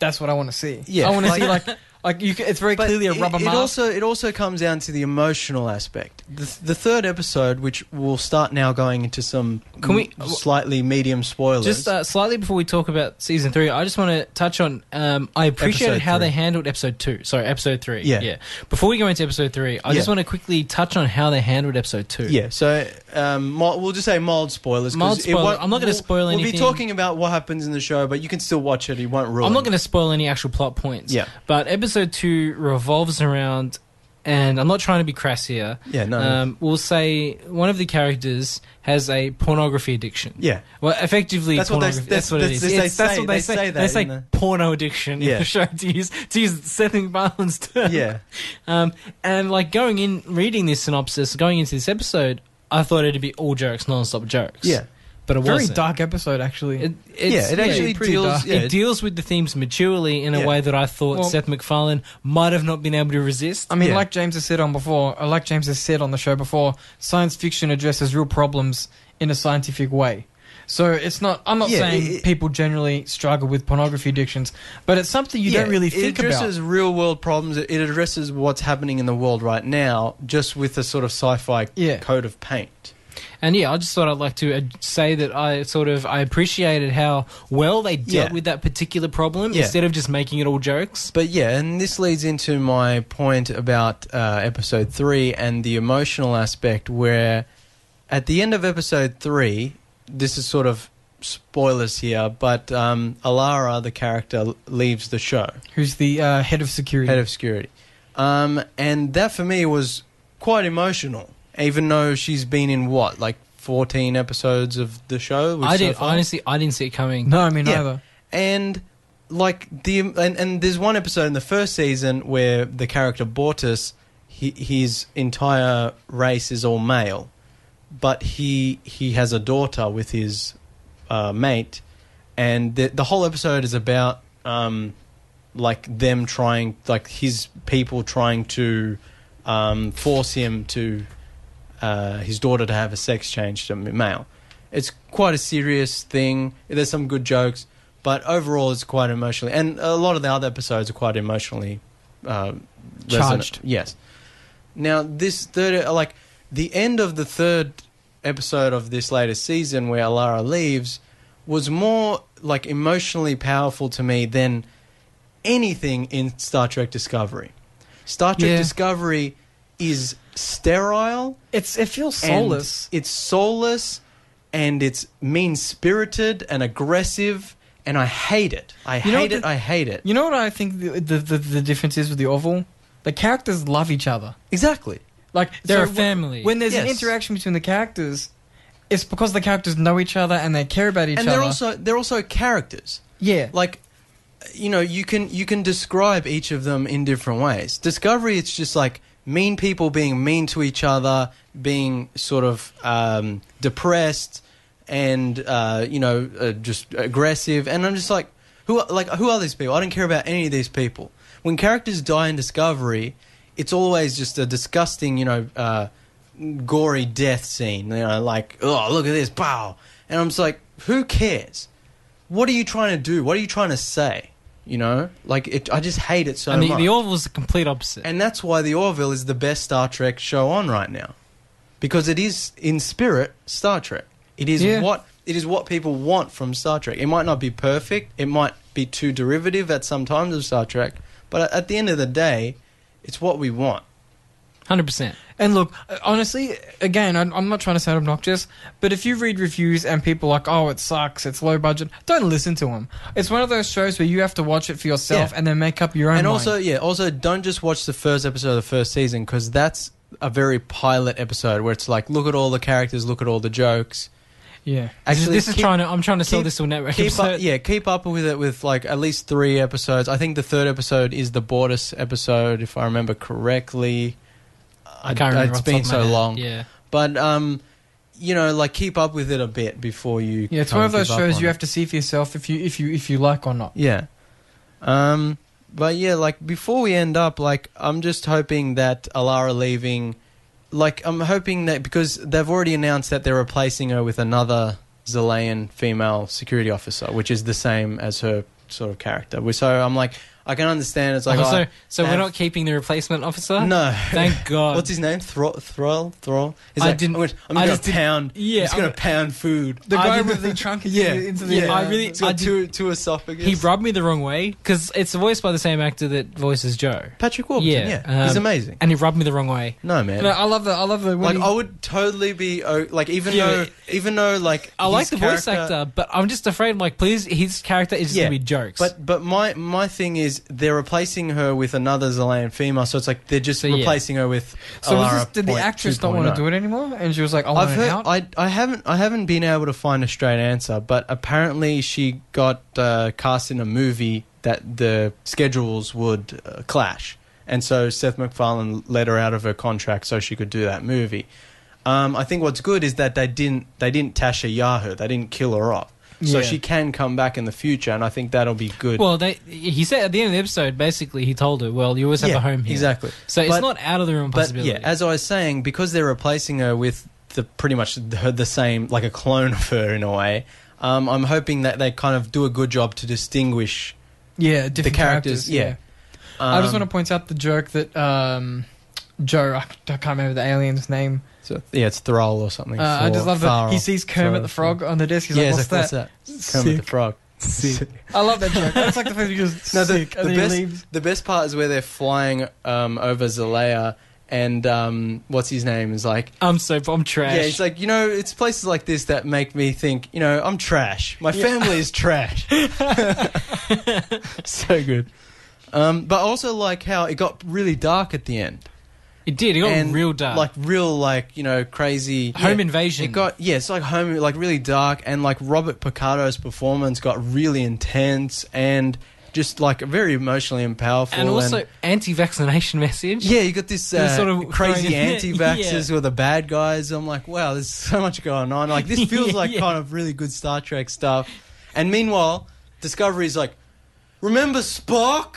C: "That's what I want to see."
B: Yeah,
C: I want to
B: like-
C: see like. Like you, ca- it's very
B: But
C: clearly a rubber
B: it,
C: mask.
B: It also it also comes down to the emotional aspect. The, the third episode, which will start now going into some
A: Can we-
B: m- slightly medium spoilers.
A: Just uh, slightly before we talk about season three, I just want to touch on. Um, I appreciated
B: Episode
A: how
B: three.
A: they handled episode two. Sorry, episode three.
B: Yeah.
A: yeah. Before we go into episode three, I just
B: Yeah.
A: want to quickly touch on how they handled episode two.
B: yeah, so um, mo- we'll just say mild spoilers. 'cause
A: Mild
B: it won't-
A: spoiler. I'm not gonna
B: we'll-
A: spoil
B: We'll be
A: anything.
B: talking about what happens in the show, but you can still watch it. It won't ruin.
A: I'm not going
B: it.
A: to spoil any actual plot points.
B: Yeah.
A: But episode two revolves around, and I'm not trying to be crass here.
B: Yeah, no. no.
A: Um, we'll say one of the characters has a pornography addiction.
B: yeah,
A: Well, effectively,
B: That's what they-
A: pornography-
B: that's-
A: that's, what it is.
B: that's- they
A: It's-
B: say-
A: that's what
B: they
A: they
B: say
A: say.
B: that
A: they say
B: in the-
A: porno addiction (laughs)
B: Yeah.
A: in the show to use to use Seth MacFarlane's term. (laughs)
B: yeah.
A: Um, and like going in, reading this synopsis, going into this episode, I thought it'd be all jokes, non-stop jokes.
B: Yeah.
A: but it
C: Very
A: wasn't.
C: dark episode, actually.
A: It,
B: yeah,
A: it's-
B: it actually
C: pretty
B: deals.
C: dark.
B: Yeah,
A: it deals with the themes maturely in
B: Yeah.
A: a way that I thought
C: Well-
A: Seth MacFarlane might have not been able to resist.
C: I mean,
B: yeah.
C: like James has said on before, uh, like James has said on the show before, science fiction addresses real problems in a scientific way. So it's not. I'm not
B: Yeah,
C: saying
B: it- it-
C: people generally struggle with pornography addictions, but it's something you don't
B: Yeah,
C: really
B: it
C: think
B: addresses
C: about.
B: real world problems. It it addresses what's happening in the world right now, just with a sort of sci-fi
C: Yeah.
B: coat of paint.
A: And yeah, I just thought I'd like to uh, say that I sort of I appreciated how well they dealt
B: Yeah.
A: with that particular problem
B: Yeah.
A: instead of just making it all jokes.
B: But yeah, and this leads into my point about uh, episode three and the emotional aspect, where at the end of episode three, this is sort of spoilers here, but um, Alara, the character, leaves the show,
C: Who's the uh, head of security?
B: head of security. Um, and that for me was quite emotional, even though she's been in what, like 14 episodes of the show?
A: I
B: so
A: didn't
B: far?
A: honestly, I didn't see it coming.
C: no, I mean
B: Yeah.
C: neither.
B: and like the and, and there's one episode in the first season where the character Bortus, he, his entire race is all male, but he he has a daughter with his uh, mate, and the the whole episode is about um, like them trying like his people trying to um, force him to uh, his daughter to have a sex change to male. It's quite a serious thing. There's some good jokes, but overall, it's quite emotionally. And a lot of the other episodes are quite emotionally uh, resonant.
C: Charged.
B: Yes. Now, this third, like the end of the third episode of this latest season, where Alara leaves, was more like emotionally powerful to me than anything in Star Trek Discovery. Star Trek
A: Yeah.
B: Discovery is sterile
C: It's it feels
B: and
C: soulless.
B: It's soulless and it's mean spirited and aggressive, and I hate it. I
C: You know
B: hate
C: what
B: it.
C: the-
B: I hate it.
C: you know what I think the the, the the difference is with the Oval? The characters love each other.
B: Exactly.
C: Like
A: They're
C: so
A: a
C: wh-
A: family.
C: When there's an
B: Yes.
C: interaction between the characters, it's because the characters know each other and they care about each
B: and
C: other.
B: they're also they're also characters.
C: yeah.
B: Like you know, you can you can describe each of them in different ways. Discovery, it's just like mean people being mean to each other, being sort of um, depressed, and uh, you know, uh, just aggressive. And I'm just like, who are- like who are these people? I don't care about any of these people. When characters die in Discovery, it's always just a disgusting, you know, uh, gory death scene. You know, like oh look at this, pow. And I'm just like, who cares? What are you trying to do? What are you trying to say? You know, like it, I just hate it so
A: and the,
B: much.
A: the Orville's the complete opposite.
B: and that's why the Orville is the best Star Trek show on right now, because it is in spirit Star Trek. It is
C: Yeah.
B: what it is what people want from Star Trek. It might not be perfect. It might be too derivative at some times of Star Trek, but at- at the end of the day, it's what we want.
A: Hundred percent.
C: And look, honestly, again, I'm I'm not trying to sound obnoxious, but if you read reviews and people are like, "Oh, it sucks, it's low budget," don't listen to them. It's one of those shows where you have to watch it for yourself
B: Yeah.
C: and then make up your own.
B: and
C: mind.
B: also yeah also don't just watch the first episode of the first season because that's a very pilot episode where it's like look at all the characters look at all the jokes
C: yeah,
A: Actually, this is
B: keep-
A: trying to. I'm trying to sell
B: keep-
A: this to a network.
B: keep
A: episode.
B: up, yeah keep up with it with like at least three episodes i think the third episode is the Bortus episode if i remember correctly
A: I can't remember.
B: it's
A: off the top
B: been
A: of my
B: so
A: head.
B: long
A: Yeah.
B: but um you know like keep up with it a bit before you
C: yeah, it's
B: kind
C: one of those
B: give up
C: shows
B: on
C: you
B: it.
C: have to see for yourself if you if you if you like or not.
B: Yeah. Um but yeah, like before we end up, like I'm just hoping that Alara leaving like I'm hoping that because they've already announced that they're replacing her with another Zelayan female security officer, which is the same as her sort of character. We- So I'm like I can understand it's like
A: Oh, so,
B: oh,
A: so we're
B: have-
A: not keeping the replacement officer.
B: no. (laughs)
A: Thank God.
B: What's his name? Thrall Thrall Thrall? He's
A: Oh. I
B: like,
A: didn't-
B: I'm gonna, I'm
A: I
B: gonna
A: just didn't-
B: pound
A: yeah, um,
B: I'm just gonna
A: I'm-
B: pound food.
C: The
A: I
C: guy
A: didn't-
C: with the trunk into
B: Yeah.
C: the, into
A: (laughs)
C: the
A: Yeah, I
C: uh,
A: really-
B: It's got
A: I
B: two two esophagus.
A: he rubbed me the wrong way because it's voiced by the same actor that voices Joe,
B: Patrick Warburton,
A: Yeah,
B: yeah.
A: um,
B: He's amazing.
A: and he rubbed me the wrong way.
B: No man.
C: No, I love the I love the
B: Like oh,
C: when
B: I
C: he-
B: would totally be oh, like even
A: Yeah,
B: though
A: but-
B: even though like
A: I like
B: his
A: the voice
B: character-
A: actor, but I'm just afraid. Like, please, his character is just
B: Yeah,
A: gonna be jokes.
B: But but my my thing is they're replacing her with another Zelayan female, so it's like they're just
A: So, yeah.
B: replacing her with.
C: so was
B: Alara
C: this, did the
B: point oh.
C: actress not want to
B: 2.0.
C: do it anymore? And she was like, "I want
B: I've
C: it
B: heard.
C: out."
B: I I haven't I haven't been able to find a straight answer, but apparently she got uh, cast in a movie that the schedules would uh, clash, and so Seth MacFarlane let her out of her contract so she could do that movie. Um, I think what's good is that they didn't they didn't Tasha Yahoo they didn't kill her off, so
C: Yeah.
B: she can come back in the future, and I think that'll be good.
A: well, they, he said at the end of the episode, basically, he told her, "Well, you always have
B: Yeah,
A: a home here."
B: exactly.
A: So it's
B: But-
A: not out of the realm of
B: But
A: possibility.
B: yeah, as I was saying, because they're replacing her with the pretty much the, the same, like a clone of her in a way. Um, I'm hoping that they kind of do a good job to distinguish
C: yeah, different
B: the characters. yeah, Um,
C: I just want to point out the joke that um, Joe, I, I can't remember the alien's name.
B: to. yeah, it's Thrall or something.
C: Uh, I just
B: Thor-
C: love that he
B: Tharl.
C: sees Kermit
B: Thor-
C: the Frog on the desk. He's
B: yeah,
C: like,
B: it's
C: "What's
B: like,
C: that?"
B: what's that? Kermit the Frog.
A: Sick.
C: I love that joke. That's like the first
B: (laughs)
C: because
B: No, the,
C: sick,
B: the
C: and then he
B: best,
C: leaves.
B: the best part is where they're flying um, over Zalea, and um, what's his name is like,
A: (laughs) I'm so I'm trash.
B: Yeah, it's like, you know, it's places like this that make me think, you know, I'm trash. My family
A: (laughs)
B: is trash. so good. Um, but I also like how it got really dark at the end.
A: it did. It got
B: and
A: real dark.
B: Like real like, you know, crazy
A: Home
B: yeah.
A: invasion.
B: It got yeah, it's like home like really dark and like Robert Picardo's performance got really intense and just like very emotionally and powerful
A: and also anti-vaccination message.
B: (laughs) yeah, you got this uh,
A: sort of (laughs)
B: crazy
A: going-
B: anti-vaxxers
A: Yeah.
B: who are the bad guys. I'm like, wow, there's so much going on. Like this
A: (laughs)
B: feels
A: Yeah,
B: like
A: yeah.
B: kind of really good Star Trek stuff. And meanwhile, Discovery's like, remember Spock?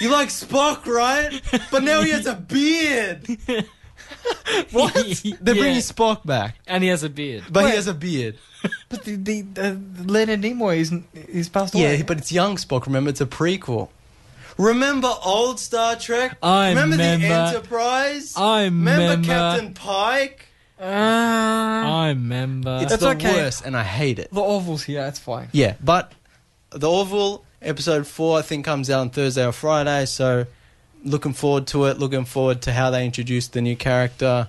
B: You like Spock, right? But now he has a beard.
A: (laughs) what?
B: They're
A: Yeah.
B: bringing Spock back,
A: and he has a beard.
B: but
C: Wait.
B: he has a beard.
C: But the, the, the Leonard Nimoy is he's passed away.
B: Yeah, but it's young Spock. Remember, it's a prequel. Remember old Star Trek?
A: I
B: the
A: remember-
B: Enterprise?
A: I remember-
B: remember Captain Pike?
C: Ah.
A: I remember.
B: It's
C: That's
B: the
C: okay.
B: worst, and I hate it.
C: the Orville's here. That's fine.
B: Yeah, but the Orville episode four, I think, comes out on Thursday or Friday. So, looking forward to it. Looking forward to how they introduce the new character.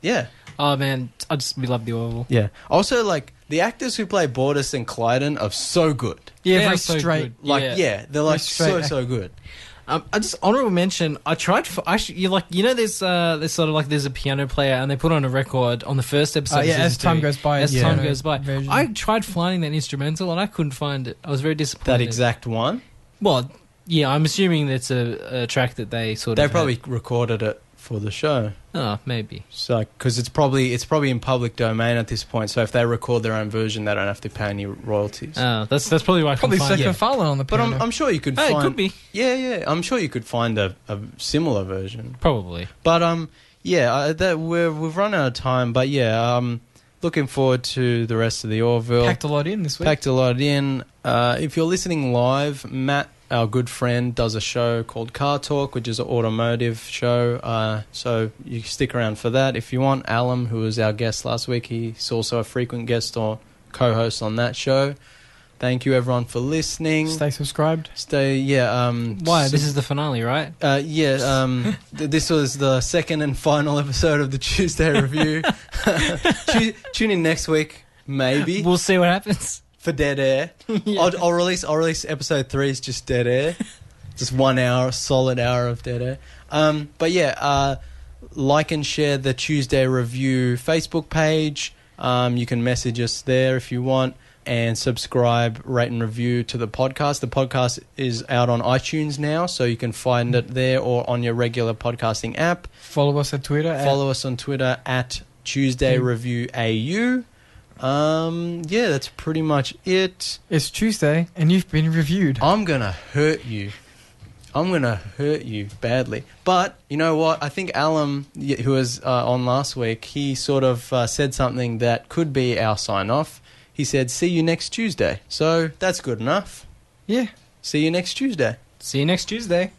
B: Yeah,
A: Oh man, I just we love the Orville.
B: yeah. Also, like the actors who play Bordas and Clyden are so good.
C: Yeah,
A: They
C: very
A: are so
C: straight.
A: good.
B: Like, yeah,
A: Yeah.
B: they're like
C: straight
B: so
C: act-
B: so good.
A: Um, I just honorable mention. I tried. For, I should, you like you know there's uh there's sort of like there's a piano player and they put on a record on the first episode.
C: Uh,
A: of
C: yeah,
A: season
C: as time
A: two.
C: goes by,
A: as
C: it's
A: time
C: a
A: goes by.
C: version.
A: I tried finding that instrumental and I couldn't find it. I was very disappointed.
B: That exact one.
A: Well, yeah, I'm assuming that's a, a track that they sort
B: They
A: of had.
B: probably recorded it for the show.
A: oh maybe
B: So, because it's probably it's probably in public domain at this point. So if they record their own version, they don't have to pay any royalties.
A: oh that's that's probably why I
C: Probably
A: couldn't find
C: Seth
A: it.
C: MacFarlane on the
B: but
C: piano.
B: I'm, I'm sure you could
A: Oh,
B: find.
A: it could be
B: Yeah, yeah. I'm sure you could find a, a similar version.
A: probably.
B: But um, yeah, I, that we're, we've run out of time. But yeah, um, looking forward to the rest of the Orville.
C: packed a lot in this week.
B: Packed a lot in. Uh, if you're listening live, Matt, our good friend, does a show called Car Talk, which is an automotive show. Uh, so you can stick around for that if you want. Alum, who was our guest last week, he's also a frequent guest or co-host on that show. Thank you everyone for listening. Stay,
C: Stay subscribed.
B: yeah. Um,
A: Why
B: s-
A: this is the finale, right?
B: uh, yeah, um, th- this was the second and final episode of the Tuesday review. (laughs) Tu- Tune in next week, maybe
A: We'll see what happens.
B: for dead air. I'll, I'll release. I'll release episode three is just dead air, just one hour, solid hour of dead air. Um, but yeah, uh, like and share the Tuesday review Facebook page. Um, you can message us there if you want, and subscribe, rate, and review to the podcast. The podcast is out on iTunes now, so you can find it there or on your regular podcasting app.
C: Follow us at Twitter. at-
B: Follow us on Twitter at Tuesday
C: Hmm.
B: Review AU. Um, yeah, that's pretty much it.
C: it's Tuesday, and you've been reviewed.
B: I'm gonna hurt you. I'm gonna hurt you badly. But you know what? I think Alum, y- who was uh, on last week, he sort of uh, said something that could be our sign off. He said, "See you next Tuesday." So that's good enough.
C: Yeah.
B: See you next Tuesday.
A: See you next Tuesday.